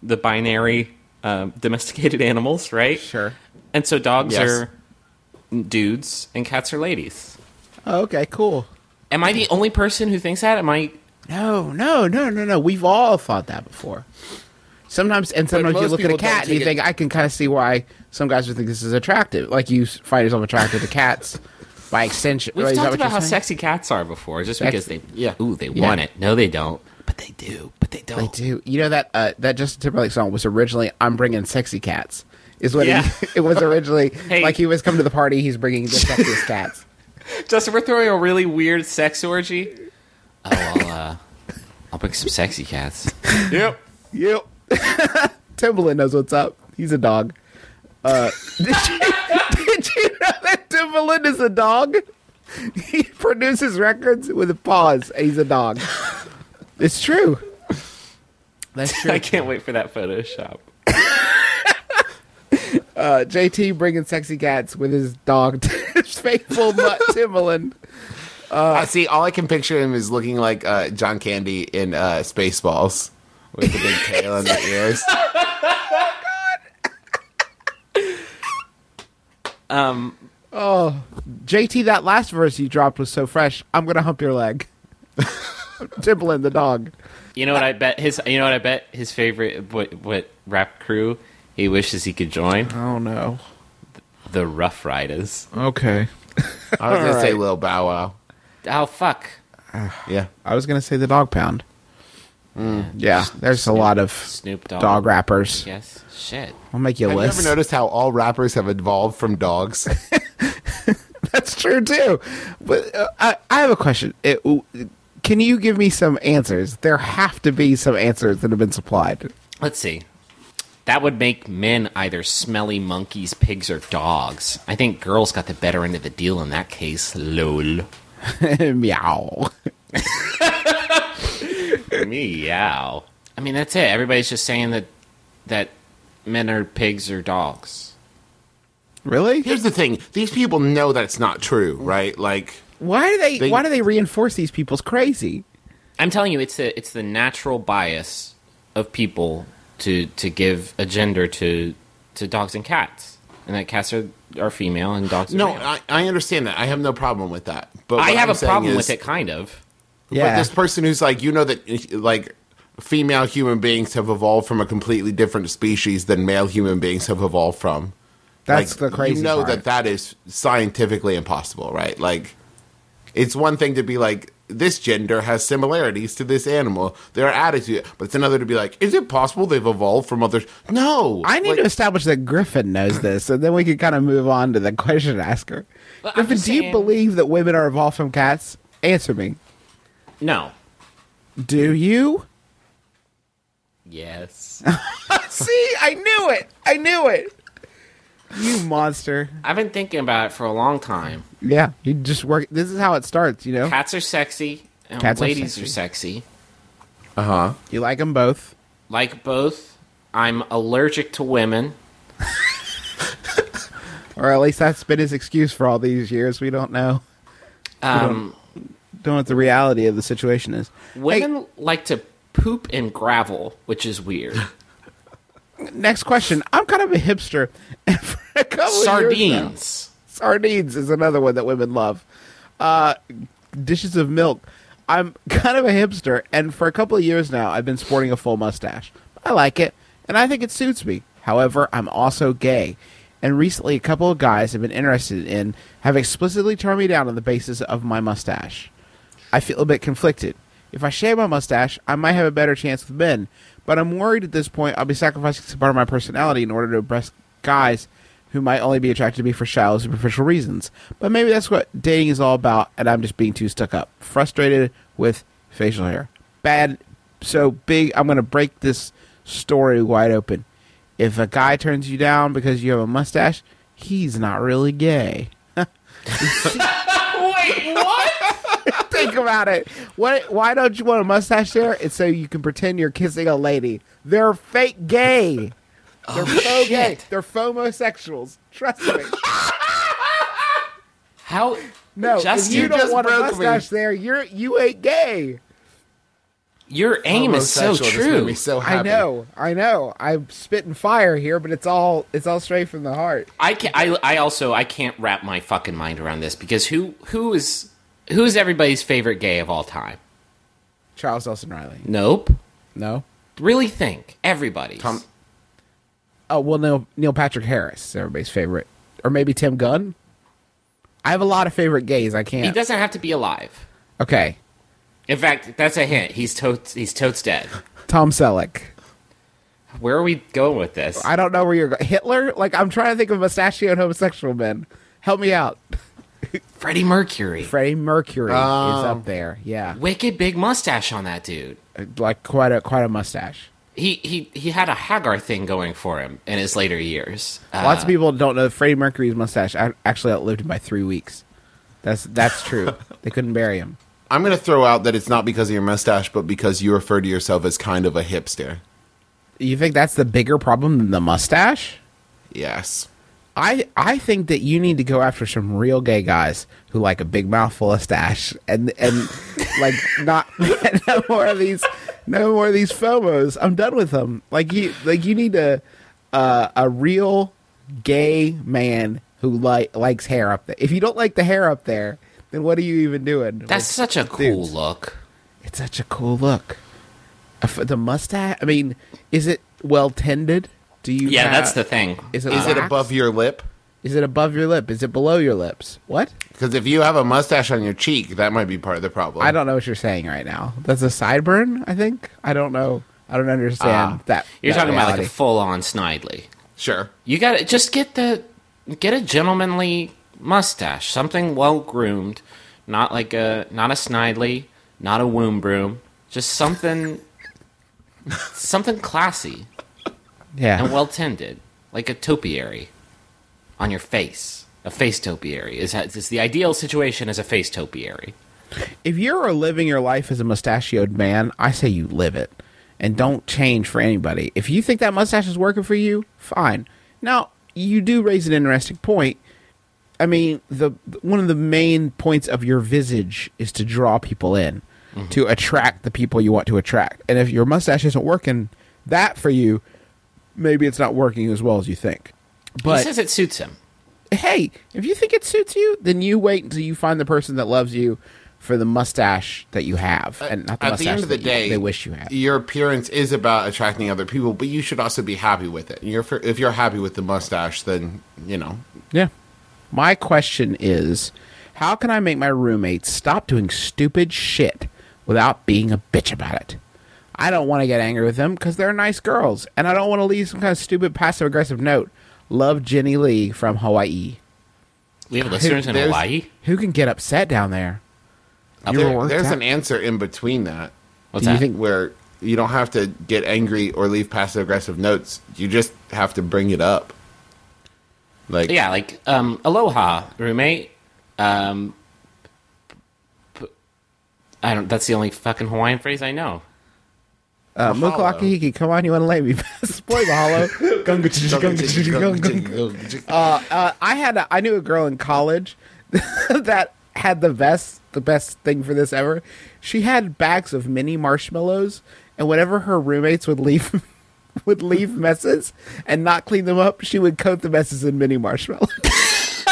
Speaker 4: the binary um, domesticated animals, right?
Speaker 2: Sure.
Speaker 4: And so dogs
Speaker 3: Yes.
Speaker 4: are dudes and cats are ladies.
Speaker 2: Oh, okay, cool.
Speaker 4: Am I the only person who thinks that? Am I?
Speaker 2: No, no, no, no, no. We've all thought that before. Sometimes, and sometimes you
Speaker 3: most
Speaker 2: look at a
Speaker 3: people don't
Speaker 2: cat and you
Speaker 3: take it-
Speaker 2: think, I can kind of see why some guys would think this is attractive. Like you s- find yourself attracted to cats by extension.
Speaker 4: We've
Speaker 2: Right, is that
Speaker 4: talked
Speaker 2: what
Speaker 4: about
Speaker 2: you're
Speaker 4: how
Speaker 2: saying?
Speaker 4: sexy cats are before, just because they,
Speaker 3: yeah.
Speaker 4: ooh, they
Speaker 2: Yeah.
Speaker 4: want it. No, they don't, but they do. But they don't.
Speaker 2: They do. You know that uh, that Justin Timberlake song was originally "I'm bringing sexy cats." Is what
Speaker 4: Yeah.
Speaker 2: he, it was originally.
Speaker 4: Hey.
Speaker 2: Like he was coming to the party, he's bringing the sexiest cats.
Speaker 4: Justin, we're throwing a really weird sex orgy. Oh, I'll, uh, I'll bring some sexy cats.
Speaker 3: yep
Speaker 2: Yep. Timbaland knows what's up. He's a dog. Uh, did, you, did you know that Timbaland is a dog? He produces records with paws. and He's a dog. It's true. That's true.
Speaker 4: I can't wait for that Photoshop.
Speaker 2: Uh, JT bringing sexy cats with his dog, his faithful mutt Timbaland.
Speaker 3: I Uh, see. All I can picture him is looking like uh, John Candy in uh, Spaceballs with the big tail and the ears.
Speaker 2: JT, that last verse you dropped was so fresh. I'm gonna hump your leg. Timbaland the dog.
Speaker 4: You know what I bet his. You know what I bet his favorite what what rap crew he wishes he could join
Speaker 2: Oh no.
Speaker 4: the Rough Riders.
Speaker 2: Okay.
Speaker 3: I was gonna say Lil Bow Wow.
Speaker 4: Oh fuck!
Speaker 3: Yeah,
Speaker 2: I was gonna say the dog pound.
Speaker 3: Mm.
Speaker 2: yeah, there's a lot of
Speaker 4: Snoop Dogg.
Speaker 2: dog, rappers.
Speaker 4: Yes. Shit.
Speaker 2: I'll make you a
Speaker 3: have you
Speaker 2: list.
Speaker 3: ever noticed how all rappers have evolved from dogs?
Speaker 2: That's true too. But uh, I, I have a question. It, w- can you give me some answers? There have to be some answers that have been supplied.
Speaker 4: Let's see. That would make men either smelly monkeys, pigs, or dogs. I think girls got the better end of the deal in that case. Lol.
Speaker 2: Meow.
Speaker 4: Meow. I mean, that's it. Everybody's just saying that that men are pigs or dogs.
Speaker 2: Really?
Speaker 3: Here's the thing: these people know that's not true, right? Like,
Speaker 2: Why do they,
Speaker 3: They-
Speaker 2: Why do they reinforce these people's crazy?
Speaker 4: I'm telling you, it's the it's the natural bias of people to to give a gender to to dogs and cats, and that cats are are female and dogs. Are
Speaker 3: no,
Speaker 4: male.
Speaker 3: I, I understand that. I have no problem with that. But
Speaker 4: I
Speaker 3: what
Speaker 4: have
Speaker 3: I'm
Speaker 4: a
Speaker 3: saying
Speaker 4: problem
Speaker 3: is-
Speaker 4: with it, kind of.
Speaker 3: But this person who's like, you know that like female human beings have evolved from a completely different species than male human beings have evolved from.
Speaker 2: that's
Speaker 3: Like,
Speaker 2: the crazy.
Speaker 3: You know
Speaker 2: part.
Speaker 3: that that is scientifically impossible, right? Like, it's one thing to be like this gender has similarities to this animal, their attitude, but it's another to be like, is it possible they've evolved from others? No,
Speaker 2: I need
Speaker 3: Like,
Speaker 2: to establish that Griffin knows this, and then we can kind of move on to the question asker.
Speaker 4: Well, I'm
Speaker 2: Griffin,
Speaker 4: just
Speaker 2: do you
Speaker 4: saying-
Speaker 2: believe that women are evolved from cats? Answer me.
Speaker 4: No.
Speaker 2: Do you?
Speaker 4: Yes.
Speaker 2: See, I knew it. I knew it. You monster.
Speaker 4: I've been thinking about it for a long time.
Speaker 2: Yeah, you just work. This is how it starts, you know?
Speaker 4: Cats are sexy. And
Speaker 2: Cats are
Speaker 4: ladies
Speaker 2: sexy.
Speaker 4: are sexy.
Speaker 3: uh-huh.
Speaker 2: You like them both.
Speaker 4: Like both, I'm allergic to women.
Speaker 2: Or at least that's been his excuse for all these years. We don't know.
Speaker 4: Um,
Speaker 2: Don't know what the reality of the situation is.
Speaker 4: women like to poop in gravel, which is weird.
Speaker 3: Oh,
Speaker 2: Next question. I'm kind of a hipster. And for a couple of years now-
Speaker 4: Sardines.
Speaker 2: Sardines is another one that women love. Uh, dishes of milk. I'm kind of a hipster, and for a couple of years now, I've been sporting a full mustache. I like it, and I think it suits me. However, I'm also gay. And recently, a couple of guys have been interested in have explicitly turned me down on the basis of my mustache. I feel a bit conflicted. If I shave my mustache, I might have a better chance with men, but I'm worried at this point I'll be sacrificing some part of my personality in order to impress guys who might only be attracted to me for shallow superficial reasons. But maybe that's what dating is all about, and I'm just being too stuck up. Frustrated with facial hair. Bad, so big, I'm going to break this story wide open. If a guy turns you down because you have a mustache, he's not really gay.
Speaker 4: Wait, what?
Speaker 2: Think about it. What? Why don't you want a mustache there? It's so you can pretend you're kissing a lady. They're fake gay. They're faux gay. They're homosexuals. Trust me.
Speaker 4: How?
Speaker 2: No,
Speaker 4: Justin,
Speaker 2: if you
Speaker 4: you
Speaker 2: don't
Speaker 3: just
Speaker 2: want a
Speaker 3: broke me.
Speaker 2: mustache there, you're you ain't gay.
Speaker 4: your aim is so
Speaker 3: homosexual. This made
Speaker 4: true.
Speaker 3: me so
Speaker 2: I
Speaker 3: happy.
Speaker 2: know. I know. I'm spitting fire here, but it's all it's all straight from the heart.
Speaker 4: I can I I also I can't wrap my fucking mind around this because who who is who's everybody's favorite gay of all time?
Speaker 2: Charles Nelson Riley.
Speaker 4: Nope.
Speaker 2: No.
Speaker 4: Really think everybody.
Speaker 3: Tom-
Speaker 2: Oh well, Neil Neil Patrick Harris is everybody's favorite, or maybe Tim Gunn. I have a lot of favorite gays. I
Speaker 4: He
Speaker 2: can't.
Speaker 4: doesn't have to be alive.
Speaker 2: okay,
Speaker 4: In fact, that's a hint. He's totes he's totes dead.
Speaker 2: Tom Selleck.
Speaker 4: Where are we going with this?
Speaker 2: I don't know where you're going. Hitler? Like, I'm trying to think of mustachio and homosexual men. Help me out.
Speaker 4: Freddie Mercury.
Speaker 2: Freddie Mercury is
Speaker 3: Oh.
Speaker 2: up there. Yeah,
Speaker 4: Wicked big mustache on that dude.
Speaker 2: like quite a quite a mustache.
Speaker 4: he he he had a Hagar thing going for him in his later years. Uh,
Speaker 2: Lots of people don't know Freddie Mercury's mustache a- actually outlived him by three weeks. That's that's true. they couldn't bury him.
Speaker 3: I'm going to throw out that it's not because of your mustache, but because you refer to yourself as kind of a hipster.
Speaker 2: You think that's the bigger problem than the mustache?
Speaker 3: Yes.
Speaker 2: I I think that you need to go after some real gay guys who like a big mouthful of stash and and like not no more of these no more of these FOMOs. I'm done with them. Like you like you need a uh, a real gay man who like likes hair up there. If you don't like the hair up there, then what are you even doing?
Speaker 4: that's
Speaker 2: Like,
Speaker 4: such a cool
Speaker 2: dudes.
Speaker 4: look.
Speaker 2: it's such a cool look. Uh, for The mustache. I mean, is it well tended? Do you?
Speaker 4: Yeah,
Speaker 2: have-
Speaker 4: that's the thing.
Speaker 2: Is it,
Speaker 3: Is it
Speaker 2: waxed?
Speaker 3: above your lip?
Speaker 2: Is it above your lip? Is it below your lips? What?
Speaker 3: Because if you have a mustache on your cheek, that might be part of the problem.
Speaker 2: I don't know what you're saying right now. That's a sideburn, I think. I don't know. I don't understand that.
Speaker 4: Ah. You're
Speaker 2: that
Speaker 4: talking about like a
Speaker 2: reality.
Speaker 4: full on Snidely.
Speaker 3: Sure.
Speaker 4: You got to just get the get a gentlemanly mustache, something well groomed, not like a not a snidely, not a womb broom, just something something classy
Speaker 2: yeah.
Speaker 4: and well tended, like a topiary on your face. A face topiary is is the ideal situation as a face topiary.
Speaker 2: if you're living your life as a mustachioed man, I say you live it and don't change for anybody. If you think that mustache is working for you, fine. Now, you do raise an interesting point. I mean, the one of the main points of your visage is to draw people in, to attract the people you want to attract. And if your mustache isn't working that for you, maybe it's not working as well as you think. But
Speaker 4: he says it suits him.
Speaker 2: hey, if you think it suits you, then you wait until you find the person that loves you for the mustache that you have, and not the
Speaker 3: Uh, At
Speaker 2: mustache
Speaker 3: the end of the
Speaker 2: that you-
Speaker 3: day,
Speaker 2: they wish you had.
Speaker 3: Your appearance is about attracting other people, but you should also be happy with it. You're, if you're happy with the mustache, then you know.
Speaker 2: Yeah. My question is, how can I make my roommates stop doing stupid shit without being a bitch about it? I don't want to get angry with them because they're nice girls, and I don't want to leave some kind of stupid passive aggressive note. Love Jenny Lee from Hawaii.
Speaker 4: We have listeners in
Speaker 3: there's-
Speaker 4: Hawaii.
Speaker 2: Who can get upset down there? You were
Speaker 3: There,
Speaker 2: worked
Speaker 3: there's
Speaker 2: out.
Speaker 3: an answer in between that
Speaker 4: What's
Speaker 2: Do you
Speaker 4: that?
Speaker 2: think-
Speaker 3: where you don't have to get angry or leave passive aggressive notes. You just have to bring it up. Like
Speaker 4: yeah, like um, aloha, roommate. Um, p- I don't. That's the only fucking Hawaiian phrase I know.
Speaker 2: Uh,
Speaker 3: Mahalo.
Speaker 2: Mukalakahiki, come on, you want to lay me past? Boy, Mahalo. Gunga chichi, gunga chichi, gunga chichi. Uh, uh, I had a, I knew a girl in college that had the best the best thing for this ever. She had bags of mini marshmallows, and whenever her roommates would leave would leave messes and not clean them up, she would coat the messes in mini marshmallows.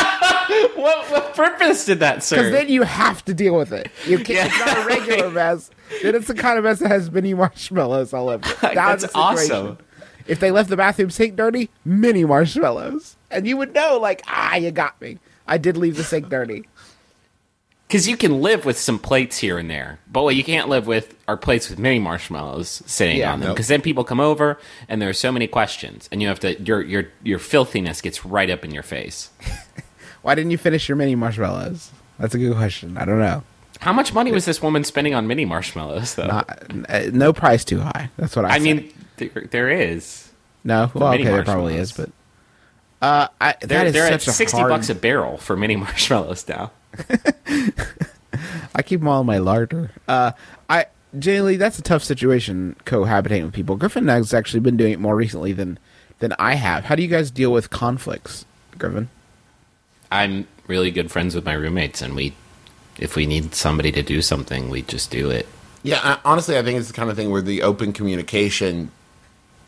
Speaker 4: What, what purpose did that serve?
Speaker 2: Because then you have to deal with it. You can't,
Speaker 4: Yeah.
Speaker 2: It's not a regular mess. Then it's the kind of mess that has mini marshmallows all over it. That's,
Speaker 4: That's
Speaker 2: the situation.
Speaker 4: awesome.
Speaker 2: If they left the bathroom sink dirty, mini marshmallows. And you would know, like, ah, you got me. I did leave the sink dirty.
Speaker 4: Because you can live with some plates here and there, but what you can't live with are plates with mini marshmallows sitting
Speaker 2: Yeah,
Speaker 4: on them.
Speaker 3: nope.
Speaker 4: Because then people come over and there are so many questions, and you have to your your your filthiness gets right up in your face.
Speaker 2: Why didn't you finish your mini marshmallows? That's a good question. I don't know.
Speaker 4: How much money was this woman spending on mini marshmallows, though?
Speaker 2: Uh, n- uh, no price too high. That's what I.
Speaker 4: I
Speaker 2: say.
Speaker 4: mean, there, there is.
Speaker 2: no. Well, okay,
Speaker 4: mini
Speaker 2: there probably
Speaker 4: marshmallows.
Speaker 2: is, but uh, I, that
Speaker 4: They're,
Speaker 2: is
Speaker 4: they're at
Speaker 2: such a
Speaker 4: sixty
Speaker 2: hard-
Speaker 4: bucks a barrel for mini marshmallows now.
Speaker 2: I keep them all in my larder. Uh, I generally that's a tough situation cohabitating with people. Griffin has actually been doing it more recently than than I have. How do you guys deal with conflicts, Griffin?
Speaker 4: I'm really good friends with my roommates, and we, if we need somebody to do something, we just do it.
Speaker 3: Yeah, I, honestly, I think it's the kind of thing where the open communication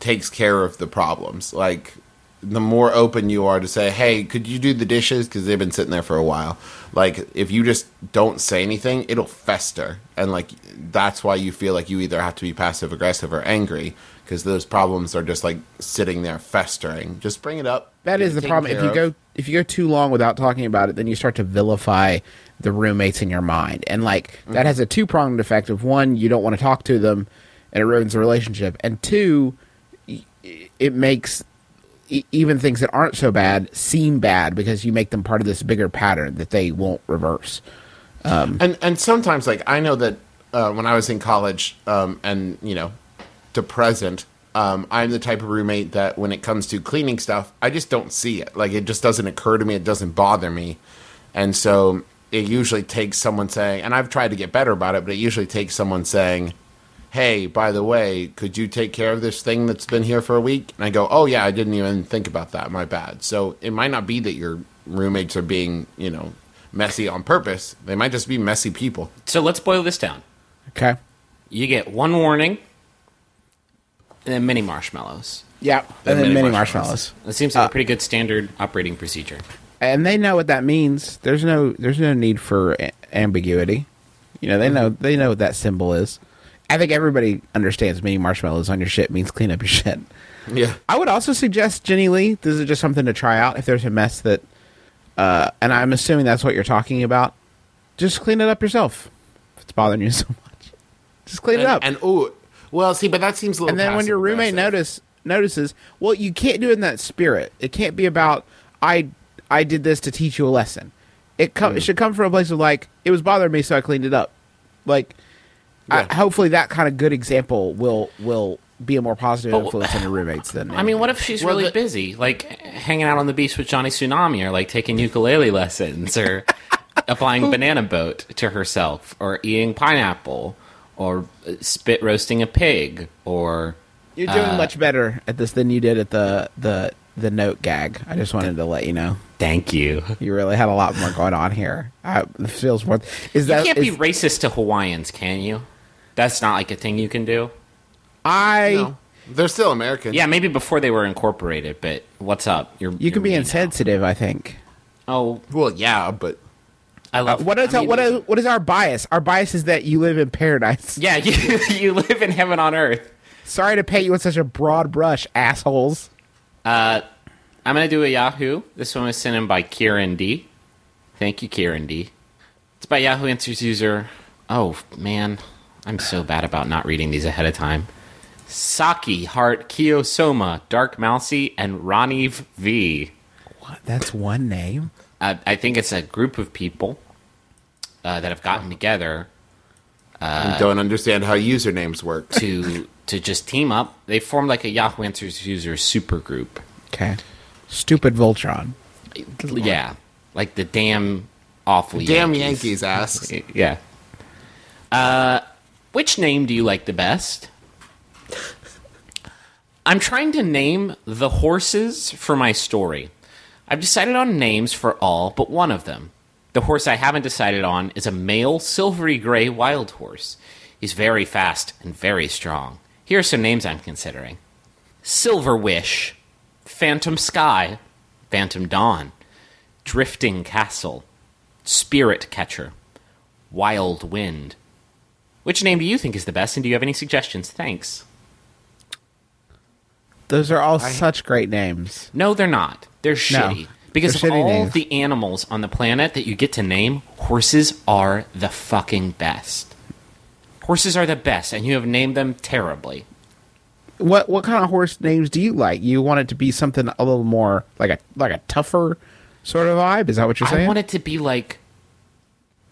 Speaker 3: takes care of the problems. Like, the more open you are to say, hey, could you do the dishes? Because they've been sitting there for a while. Like, if you just don't say anything, it'll fester. And, like, that's why you feel like you either have to be passive aggressive or angry because those problems are just, like, sitting there festering. Just bring it up.
Speaker 2: That
Speaker 3: get
Speaker 2: is
Speaker 3: it
Speaker 2: the
Speaker 3: taken
Speaker 2: problem. If
Speaker 3: care
Speaker 2: you
Speaker 3: of.
Speaker 2: go if you go too long without talking about it, then you start to vilify the roommates in your mind, and like
Speaker 3: Mm-hmm.
Speaker 2: that has a two pronged effect of one, you don't want to talk to them, and it ruins the relationship, and two, y- it makes e- even things that aren't so bad seem bad because you make them part of this bigger pattern that they won't reverse.
Speaker 3: and and sometimes like I know that uh, when I was in college um, and you know to present Um, I'm the type of roommate that when it comes to cleaning stuff, I just don't see it. Like it just doesn't occur to me. It doesn't bother me. And so it usually takes someone saying, and I've tried to get better about it, but it usually takes someone saying, Hey, by the way, could you take care of this thing that's been here for a week? And I go, Oh, yeah, I didn't even think about that. My bad. So it might not be that your roommates are being, you know, messy on purpose. They might just be messy people.
Speaker 4: So let's boil this down.
Speaker 2: Okay.
Speaker 4: You get one warning, and then many marshmallows.
Speaker 2: Yeah. And, then mini marshmallows.
Speaker 4: That seems like a pretty good standard operating procedure.
Speaker 2: and they know what that means. There's no there's no need for a- ambiguity. You know they
Speaker 3: Mm-hmm.
Speaker 2: know they know what that symbol is. I think everybody understands mini marshmallows on your shit means clean up your shit.
Speaker 3: Yeah.
Speaker 2: I would also suggest Jenny Lee. This is just something to try out if there's a mess that, uh, and I'm assuming that's what you're talking about. Just clean it up yourself. If it's bothering you so much, just clean it up.
Speaker 3: And, and oh, well, see, but that seems a little.
Speaker 2: and then when your roommate
Speaker 3: passive-aggressive.
Speaker 2: notice notices, well, you can't do it in that spirit. It can't be about I I did this to teach you a lesson. It
Speaker 4: Hmm.
Speaker 2: come it should come from a place of like it was bothering me, so I cleaned it up. Like, I,
Speaker 3: Yeah.
Speaker 2: hopefully, that kind of good example will will be a more positive influence on your roommates than
Speaker 4: I mean, what if she's really
Speaker 3: the-
Speaker 4: busy, like hanging out on the beach with Johnny Tsunami, or like taking ukulele lessons, or applying banana boat to herself, or eating pineapple, or uh, spit roasting a pig, or
Speaker 2: you're
Speaker 4: uh,
Speaker 2: doing much better at this than you did at the the the note gag. I just wanted to let you know
Speaker 4: thank you.
Speaker 2: you really had a lot more going on here. I, it feels worth. Is
Speaker 4: You
Speaker 2: that
Speaker 4: can't
Speaker 2: is-
Speaker 4: be racist to Hawaiians, can you? That's not like a thing you can do.
Speaker 2: I
Speaker 3: No, they're still American.
Speaker 4: Yeah, maybe before they were incorporated, but what's up? You're
Speaker 2: you
Speaker 4: you're
Speaker 2: could be
Speaker 4: mean now.
Speaker 2: insensitive. I think.
Speaker 4: Oh,
Speaker 3: Well, yeah, but
Speaker 4: I
Speaker 2: Uh,
Speaker 4: love
Speaker 2: what is
Speaker 4: I
Speaker 2: our-
Speaker 4: mean,
Speaker 2: what is what is our bias? Our bias is that you live in paradise.
Speaker 4: Yeah, you you live in heaven on earth.
Speaker 2: Sorry to paint you with such a broad brush, assholes.
Speaker 4: I'm gonna do a Yahoo. This one was sent in by Kieran D. Thank you, Kieran D. It's by Yahoo Answers user. Oh man, I'm so bad about not reading these ahead of time. Saki Heart Kiyosoma Dark Mousy and Ronnie V.
Speaker 2: What? That's one name.
Speaker 4: Uh, I think it's a group of people uh, that have gotten together
Speaker 3: I don't understand how usernames work.
Speaker 4: to to just team up. They formed like a Yahoo Answers user supergroup.
Speaker 2: Okay. Stupid Voltron.
Speaker 4: Yeah, like the damn awful
Speaker 3: Damn
Speaker 4: Yankees.
Speaker 3: Yankees asks.
Speaker 4: Yeah. Uh, which name do you like the best? I'm trying to name the horses for my story. I've decided on names for all but one of them. The horse I haven't decided on is a male silvery gray wild horse. He's very fast and very strong. Here are some names I'm considering Silver Wish, Phantom Sky, Phantom Dawn, Drifting Castle, Spirit Catcher, Wild Wind. Which name do you think is the best, and do you have any suggestions? Thanks.
Speaker 2: Those are all such great names.
Speaker 4: No, they're not. They're shitty. Because
Speaker 2: They're
Speaker 4: of
Speaker 2: shitty
Speaker 4: all
Speaker 2: names.
Speaker 4: the animals on the planet that you get to name, horses are the fucking best. Horses are the best, and you have named them terribly.
Speaker 2: What what kind of horse names do you like? You want it to be something a little more like a like a tougher sort of vibe? Is that what you're
Speaker 4: I
Speaker 2: saying?
Speaker 4: want it to be like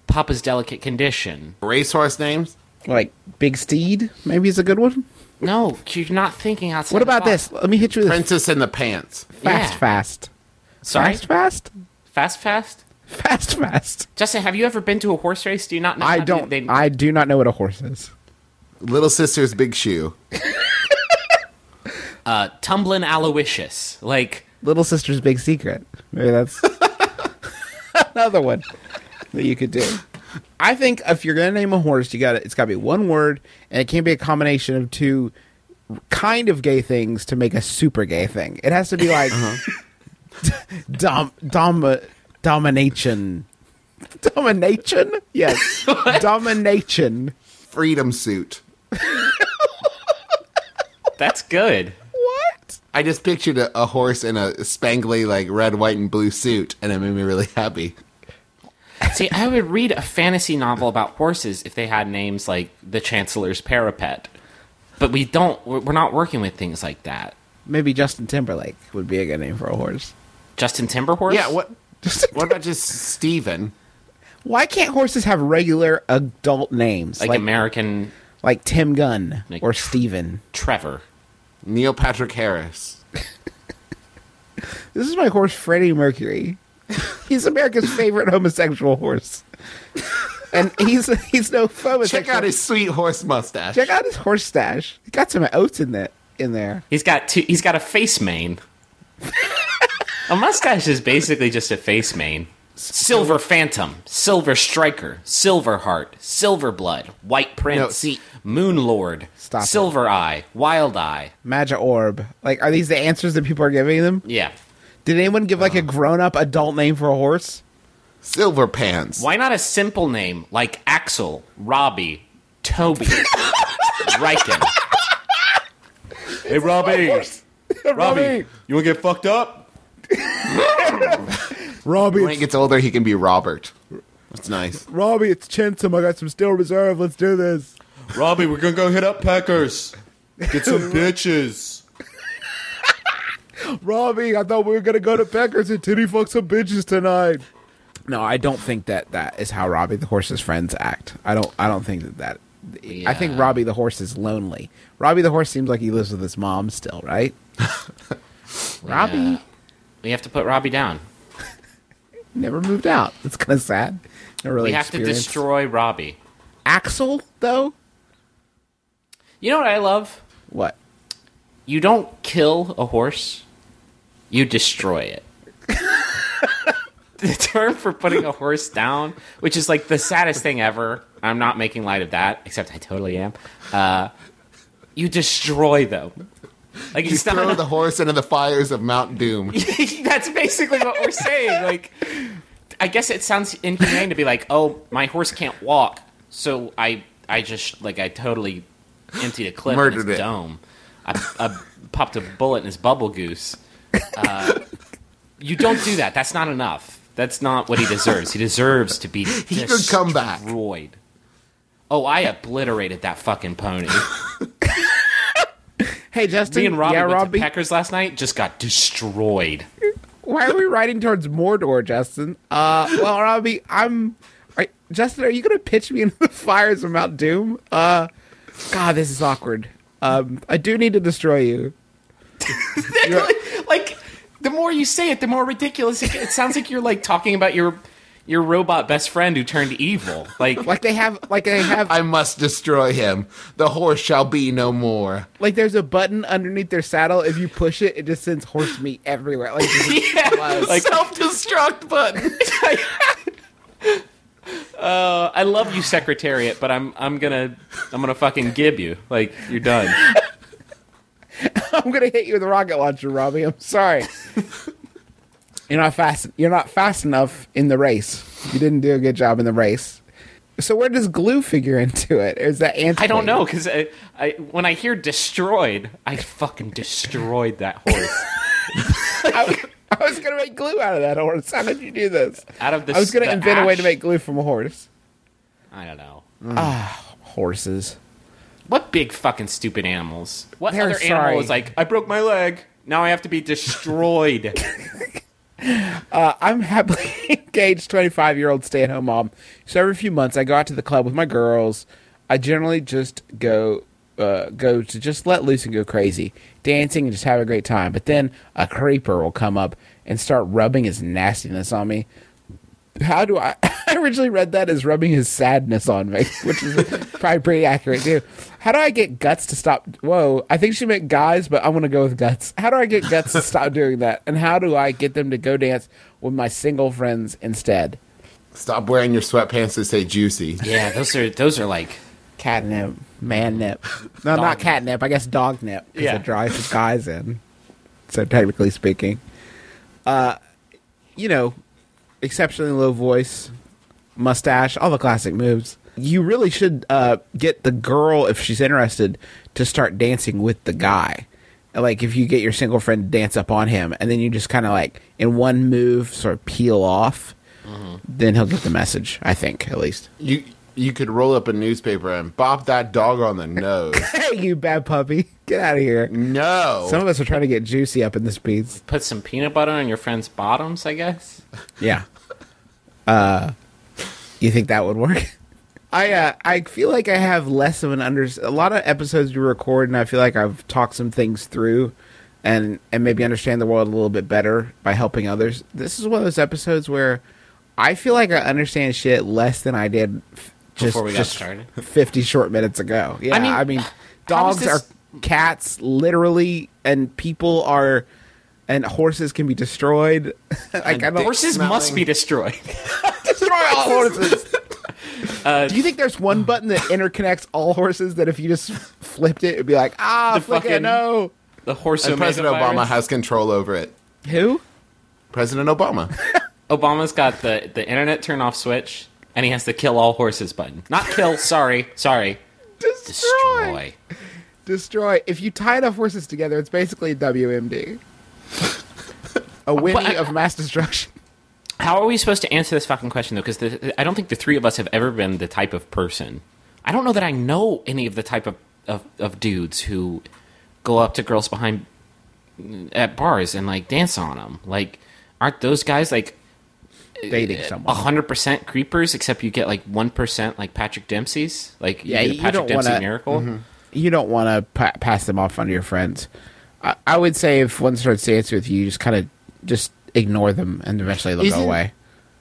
Speaker 4: Papa's Delicate Condition.
Speaker 3: Racehorse names?
Speaker 2: like Big Steed, maybe is a good one.
Speaker 4: No, you're not thinking outside.
Speaker 2: What
Speaker 4: the
Speaker 2: about
Speaker 4: box.
Speaker 2: this? Let me hit you with this
Speaker 3: Princess in the Pants.
Speaker 2: fast,
Speaker 4: Yeah.
Speaker 2: fast,
Speaker 4: Sorry?
Speaker 2: fast, fast,
Speaker 4: Fast, fast?
Speaker 2: fast, fast.
Speaker 4: Justin, have you ever been to a horse race? Do you not know?
Speaker 2: I
Speaker 4: how to-
Speaker 2: don't.
Speaker 4: They,
Speaker 2: I do not know what a horse is.
Speaker 3: Little Sister's Big Shoe.
Speaker 4: uh, Tumbling Aloysius. Like,
Speaker 2: Little Sister's Big Secret. Maybe that's another one that you could do. I think if you're going to name a horse, you got to it's got to be one word, and it can't be a combination of two kind of gay things to make a super gay thing. It has to be like dom dom domination, domination. Yes, domination.
Speaker 3: Freedom Suit.
Speaker 4: that's good.
Speaker 2: What?
Speaker 3: I just pictured a, a horse in a spangly, like red, white, and blue suit, and it made me really happy.
Speaker 4: See, I would read a fantasy novel about horses if they had names like the Chancellor's Parapet. But we don't, we're we're not working with things like that.
Speaker 2: Maybe Justin Timberlake would be a good name for a horse.
Speaker 4: Justin Timberhorse?
Speaker 3: Yeah, what What about just Steven?
Speaker 2: Why can't horses have regular adult names
Speaker 4: Like,
Speaker 2: like like,
Speaker 4: American
Speaker 2: Tim Gunn
Speaker 4: Like
Speaker 2: or
Speaker 4: tr-
Speaker 2: Steven?
Speaker 4: Trevor.
Speaker 3: Neil Patrick Harris.
Speaker 2: This is my horse, Freddie Mercury. He's America's favorite homosexual horse, and he's he's no homosexual.
Speaker 3: Check out his sweet horse mustache.
Speaker 2: check out his horse stash. He got some oats in that in there.
Speaker 4: He's got two. He's got a face mane. a mustache is basically just a face mane. Silver Phantom, Silver Striker, Silver Heart, Silver Blood, White Prince,
Speaker 3: see-
Speaker 4: Moon Lord,
Speaker 2: Stop it.
Speaker 4: Silver Eye, Wild Eye.
Speaker 2: Magi orb. Like, are these the answers that people are giving them?
Speaker 4: Yeah.
Speaker 2: Did anyone give like a grown up adult name for a horse?
Speaker 3: Silver pants.
Speaker 4: Why not a simple name like Axel, Robbie, Toby, Riken? Hey, Robbie. Robbie, you want to get fucked up?
Speaker 2: Robbie,
Speaker 3: When he gets older, he can be Robert. That's nice.
Speaker 2: Robbie, it's Chinsum. I got some steel reserve. Let's do this.
Speaker 4: Robbie, we're going to go hit up Packers.
Speaker 5: Get some bitches.
Speaker 2: Robbie, I thought we were gonna go to Peckers and titty fuck some bitches tonight. No, I don't think that that is how Robbie the horse's friends act. I don't. I don't think that that. I think Robbie the horse is lonely. Robbie the horse seems like he lives with his mom still, right? Robbie
Speaker 4: We have to put Robbie down.
Speaker 2: never moved out. It's kind of sad. Never really
Speaker 4: We have to
Speaker 2: experienced-
Speaker 4: destroy Robbie.
Speaker 2: Axel though.
Speaker 4: You know what I love?
Speaker 2: What?
Speaker 4: You don't kill a horse, you destroy it. the term for putting a horse down, which is like the saddest thing ever. I'm not making light of that, except I totally am. Uh, you destroy them. Like
Speaker 3: You
Speaker 4: it's not
Speaker 3: throw the horse into the fires of Mount Doom.
Speaker 4: that's basically what we're saying. Like, I guess it sounds inhumane to be like, "Oh, my horse can't walk, so I, I just like I totally emptied a clip
Speaker 3: Murdered
Speaker 4: in his
Speaker 3: it.
Speaker 4: dome. I, I popped a bullet in his bubble goose." Uh, you don't do that. That's not enough. That's not what he deserves. He deserves to be
Speaker 3: He could come back.
Speaker 4: destroyed. Oh, I obliterated that fucking pony.
Speaker 2: Hey
Speaker 4: Me
Speaker 2: Justin,
Speaker 4: and Robbie
Speaker 2: yeah,
Speaker 4: went
Speaker 2: Robbie.
Speaker 4: to Peckers last night. Just got destroyed.
Speaker 2: why are we riding towards Mordor, Justin? Uh, well, Robbie, I'm. Are, Justin, are you gonna pitch me into the fires of Mount Doom? Uh, God, this is awkward. Um, I do need to destroy you.
Speaker 4: like the more you say it, the more ridiculous it, it sounds. Like you're like talking about your your robot best friend who turned evil. Like,
Speaker 2: Like they have, like they have,
Speaker 3: I must destroy him. The horse shall be no more.
Speaker 2: like there's a button underneath their saddle. If you push it, it just sends horse meat everywhere. Like, this is-
Speaker 4: yeah, like
Speaker 3: Self-destruct button.
Speaker 4: uh, I love you, Secretariat, but I'm I'm gonna I'm gonna fucking gib you. Like you're done.
Speaker 2: I'm gonna hit you with a rocket launcher, Robbie. I'm sorry. you're not fast. You're not fast enough in the race. You didn't do a good job in the race. So where does glue figure into it? Or is that anti?
Speaker 4: I don't know because I, I when I hear destroyed, I fucking destroyed that horse
Speaker 2: I, I was gonna make glue out of that horse. How did you do this?
Speaker 4: out of the.
Speaker 2: I was gonna
Speaker 4: the
Speaker 2: invent a way to
Speaker 4: ash-
Speaker 2: make glue from a horse.
Speaker 4: I don't know.
Speaker 2: Horses.
Speaker 4: What big fucking stupid animals? What
Speaker 2: They're
Speaker 4: other animal
Speaker 2: sorry.
Speaker 4: was like? I broke my leg. Now I have to be destroyed.
Speaker 2: I'm happily engaged 25 year old stay at home mom. So every few months, I go out to the club with my girls. I generally just go uh, go to just let loose and go crazy, dancing and just have a great time. But then a creeper will come up and start rubbing his nastiness on me. How do I? I originally read that as rubbing his sadness on me, which is probably pretty accurate too. How do I get guts to stop? Whoa, I think she meant guys, but I'm gonna go with guts. How do I get guts to stop doing that? And how do I get them to go dance with my single friends instead?
Speaker 3: Stop wearing your sweatpants that say juicy.
Speaker 4: Yeah, those are those are like
Speaker 2: Catnip, man nip. No, not catnip. I guess dog nip because
Speaker 4: Yeah.
Speaker 2: it drives the guys in. So technically speaking, uh, you know, exceptionally low voice, mustache, all the classic moves. You really should uh, get the girl if she's interested to start dancing with the guy. Like if you get your single friend to dance up on him, and then you just kind of like in one move sort of peel off, then he'll get the message. I think at least.
Speaker 3: You you could roll up a newspaper and bop that dog on the nose.
Speaker 2: Hey, you bad puppy. Get out of here.
Speaker 3: No.
Speaker 2: Some of us are trying to get juicy up in this piece.
Speaker 4: put some peanut butter on your friend's bottoms, I guess.
Speaker 2: Yeah. Uh, you think that would work? I uh, I feel like I have less of an under a lot of episodes we record, and I feel like I've talked some things through, and and maybe understand the world a little bit better by helping others. This is one of those episodes where I feel like I understand shit less than I did f- just,
Speaker 4: Before we got
Speaker 2: just
Speaker 4: started.
Speaker 2: fifty short minutes ago. Yeah, I
Speaker 4: mean,
Speaker 2: mean,
Speaker 4: how
Speaker 2: dogs
Speaker 4: does this-
Speaker 2: are cats, literally, and people are, and horses can be destroyed. like, I don't,
Speaker 4: Horses must be destroyed.
Speaker 2: destroy all horses. Uh, Do you think there's one button that interconnects all horses that if you just flipped it, it'd be like, ah,
Speaker 4: The
Speaker 2: fucking
Speaker 4: fucking-
Speaker 2: no?
Speaker 4: The horse.
Speaker 3: And President Obama has control over it.
Speaker 2: Who?
Speaker 3: President Obama.
Speaker 4: Obama's got the the internet turn off switch, and he has the kill all horses button. Not kill. sorry, sorry.
Speaker 2: Destroy. Destroy.
Speaker 4: Destroy.
Speaker 2: If you tie enough horses together, it's basically WMD. A Winnie of mass destruction.
Speaker 4: How are we supposed to answer this fucking question though? Because I don't think the three of us have ever been the type of person. I don't know that I know any of the type of of, of dudes who go up to girls behind mm, at bars and like dance on them. Like, aren't those guys like
Speaker 2: Dating someone.
Speaker 4: hundred percent creepers? Except you get like one percent like Patrick Dempsey's. Like,
Speaker 2: Yeah,
Speaker 4: you get a
Speaker 2: you don't
Speaker 4: Patrick Dempsey
Speaker 2: wanna- Mm-hmm.
Speaker 4: miracle.
Speaker 2: You don't want to pa- pass them off onto your friends. I, I would say if one starts dancing with you, you just kind of just ignore them and eventually they'll
Speaker 3: Isn't-
Speaker 2: go away.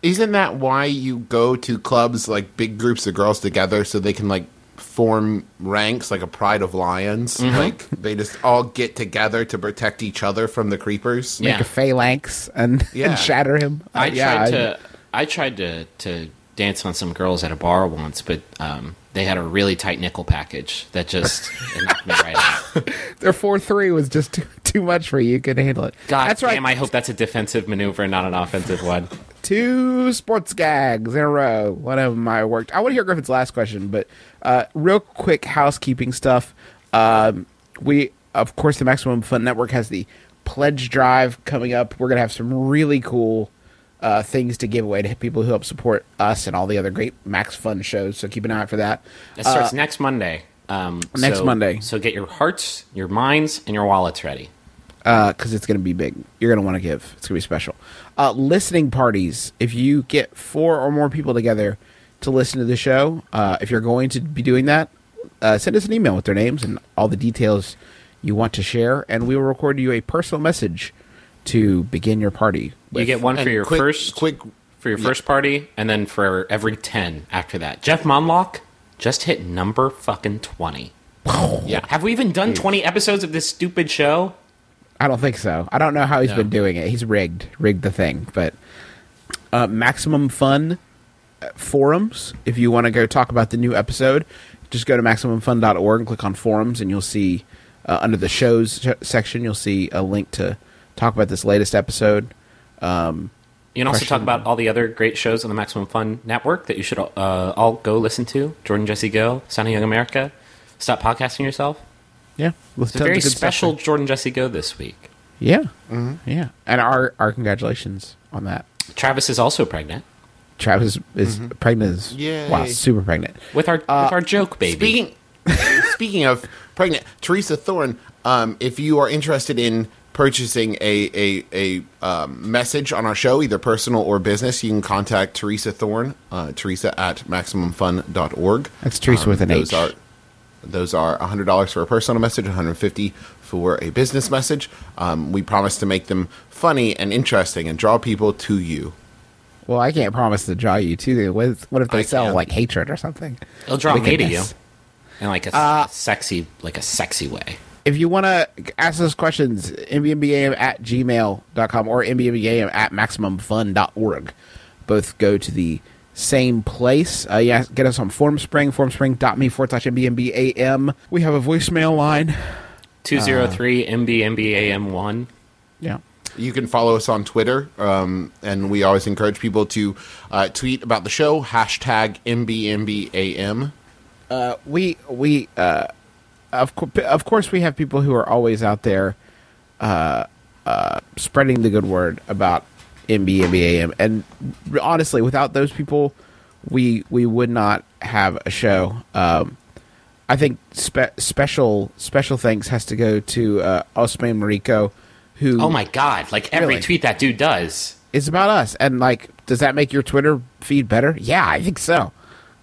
Speaker 3: Isn't that why you go to clubs like big groups of girls together so they can like form ranks like a pride of lions?
Speaker 4: Mm-hmm.
Speaker 3: Like they just all get together to protect each other from the creepers.
Speaker 4: Yeah.
Speaker 2: Make a phalanx and,
Speaker 3: Yeah.
Speaker 2: and shatter him. Uh,
Speaker 4: I
Speaker 2: yeah,
Speaker 4: tried to I tried to to dance on some girls at a bar once, but um, they had a really tight nickel package that just it knocked me right out.
Speaker 2: their four three was just too, too much for you. You Could handle it.
Speaker 4: God
Speaker 2: That's right.
Speaker 4: damn! I hope that's a defensive maneuver, not an offensive one.
Speaker 2: Two sports gags in a row. One of them I worked. I want to hear Griffin's last question, but uh, real quick housekeeping stuff. Um, we of course the Maximum Fun Network has the pledge drive coming up. We're gonna have some really cool uh, things to give away to people who help support us and all the other great Max Fun shows. So keep an eye out for that.
Speaker 4: That starts next Monday. Um,
Speaker 2: Next
Speaker 4: so-
Speaker 2: Monday.
Speaker 4: So get your hearts, your minds, and your wallets ready.
Speaker 2: because uh, it's going to be big. You're going to want to give. It's going to be special. Uh, listening parties. If you get four or more people together to listen to the show, uh, if you're going to be doing that, uh, send us an email with their names and all the details you want to share, and we will record you a personal message to begin your party.
Speaker 4: You get one for
Speaker 3: And
Speaker 4: your
Speaker 3: quick-
Speaker 4: first
Speaker 3: quick
Speaker 4: for your first party, and then for every ten after that. Jeff Monlock just hit number fucking twenty.
Speaker 3: Yeah.
Speaker 4: Have we even done twenty episodes of this stupid show?
Speaker 2: I don't think so. I don't know how he's been doing it. He's rigged, rigged the thing. But uh, maximum fun uh, forums. If you want to go talk about the new episode, just go to maximumfun.org and click on forums, and you'll see uh, under the shows sh- section, you'll see a link to talk about this latest episode.
Speaker 4: You can also
Speaker 2: Question.
Speaker 4: talk about all the other great shows on the Maximum Fun Network that you should uh, all go listen to. Jordan Jesse Go, Sounding Young America, Stop Podcasting Yourself.
Speaker 2: Yeah, with
Speaker 4: It's a very special
Speaker 2: eh?
Speaker 4: Jordan Jesse Go this week.
Speaker 2: Yeah, yeah, and our our congratulations on that.
Speaker 4: Travis is also pregnant
Speaker 2: Travis is pregnant. As,
Speaker 3: Yay.
Speaker 2: wow, super pregnant.
Speaker 4: with our
Speaker 2: Uh,
Speaker 4: with our joke baby.
Speaker 3: Speaking speaking of pregnant, Teresa Thorne, um, if you are interested in purchasing a a, a um, message on our show, either personal or business, you can contact Teresa Thorne, uh, Teresa at maximumfun.org.
Speaker 2: That's Teresa with an
Speaker 3: Um, those
Speaker 2: H.
Speaker 3: Are, those are $100 for a personal message, 150 for a business message. Um, we promise to make them funny and interesting and draw people to you.
Speaker 2: Well, I can't promise to draw you to them. What if, what if they
Speaker 3: I
Speaker 2: sell
Speaker 3: can.
Speaker 2: like hatred or something?
Speaker 4: He'll draw
Speaker 2: Look
Speaker 4: me
Speaker 2: at
Speaker 4: to you
Speaker 2: this.
Speaker 4: in like a,
Speaker 2: Uh,
Speaker 4: sexy like a sexy way.
Speaker 2: If you want to ask us questions, mbmbam at gmail.com or mbmbam at maximumfun.org. Both go to the same place. Uh, yeah, get us on Formspring, formspring.me forward slash mbmbam. We have a voicemail line.
Speaker 4: Two zero three MBMBAM one.
Speaker 2: Yeah.
Speaker 3: You can follow us on Twitter, um, and we always encourage people to uh, tweet about the show hashtag MBMBAM.
Speaker 2: we we uh, of cour of course we have people who are always out there uh, uh, spreading the good word about MB MBAM and honestly without those people we we would not have a show um, I think spe- special special thanks has to go to uh, Osman Mariko who
Speaker 4: Oh my god! Like every
Speaker 2: Really?
Speaker 4: tweet that dude does.
Speaker 2: is about us and like does that make your Twitter feed better yeah I think so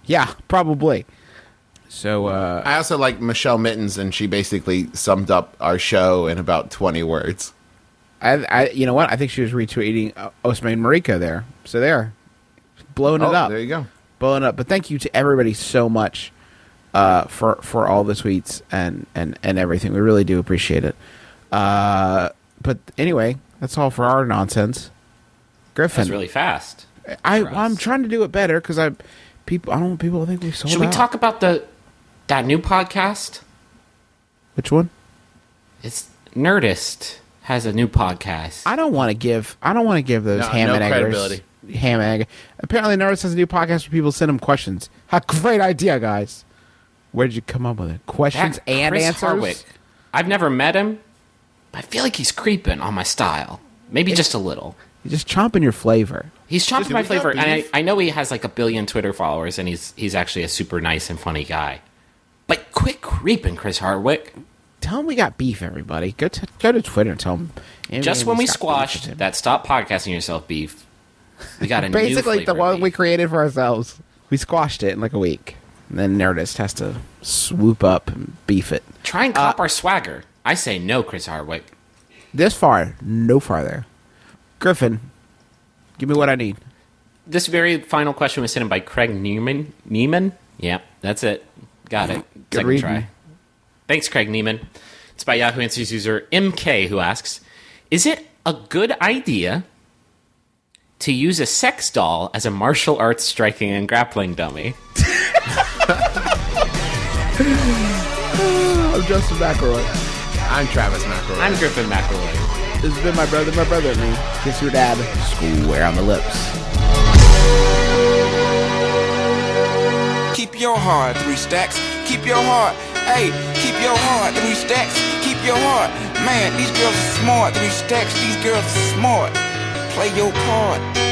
Speaker 2: Yeah, probably. So uh,
Speaker 3: I also like Michelle Mittens, and she basically summed up our show in about 20 words.
Speaker 2: I, I, you know what? I think she was retweeting uh, Osman Marika there. So there, blowing
Speaker 3: Oh,
Speaker 2: it up.
Speaker 3: there you go.
Speaker 2: blowing up. But thank you to everybody so much uh, for for all the tweets and and and everything. We really do appreciate it. Uh, but anyway, that's all for our nonsense. Griffin,
Speaker 4: That's really fast.
Speaker 2: I
Speaker 4: for us.
Speaker 2: I'm trying to do it better because I people I don't want people to think we sold.
Speaker 4: Should we
Speaker 2: out.
Speaker 4: talk about the that new podcast?
Speaker 2: Which one?
Speaker 4: It's Nerdist has a new podcast.
Speaker 2: I don't want to give. I don't want to give those
Speaker 3: No,
Speaker 2: ham
Speaker 3: no
Speaker 2: and eggers.
Speaker 3: credibility.
Speaker 2: Ham and egg. Apparently, Nerdist has a new podcast where people send them questions. Ha, great idea, guys! Where'd you come up with it? Questions
Speaker 4: That
Speaker 2: and
Speaker 4: Chris
Speaker 2: answers.
Speaker 4: Hardwick. I've never met him, but I feel like he's creeping on my style. Maybe just a little.
Speaker 2: You're just chomping your flavor.
Speaker 4: He's chomping my
Speaker 3: we got
Speaker 4: flavor, and I,
Speaker 3: beef?
Speaker 4: I know he has like a billion Twitter followers, and he's he's actually a super nice and funny guy. But quit creeping, Chris Hardwick.
Speaker 2: Tell him we got beef, everybody. Go to go to Twitter and tell him.
Speaker 4: Just when we
Speaker 2: that.
Speaker 4: squashed that stop podcasting yourself beef, we got a new
Speaker 2: basically
Speaker 4: flavor
Speaker 2: the
Speaker 4: of
Speaker 2: one we
Speaker 4: beef.
Speaker 2: created for ourselves. We squashed it in like a week. And then Nerdist has to swoop up and beef it.
Speaker 4: Try and cop our swagger. I say no, Chris Hardwick.
Speaker 2: This far, no farther. Griffin, give me what I need.
Speaker 4: This very final question was sent in by Craig Neiman. Neiman? Yeah, that's it. Got it. Second
Speaker 2: reading.
Speaker 4: try. Thanks, Craig Neiman. It's by Yahoo Answers user MK who asks Is it a good idea to use a sex doll as a martial arts striking and grappling dummy?
Speaker 2: I'm Justin McElroy.
Speaker 3: I'm Travis McElroy.
Speaker 4: I'm Griffin McElroy.
Speaker 2: This has been my brother, my brother, and me. Kiss your dad. Square on the lips.
Speaker 6: Keep your heart, three stacks. Keep your heart. Hey, keep your heart, three stacks. Keep your heart. Man, these girls are smart, three stacks. These girls are smart. Play your part.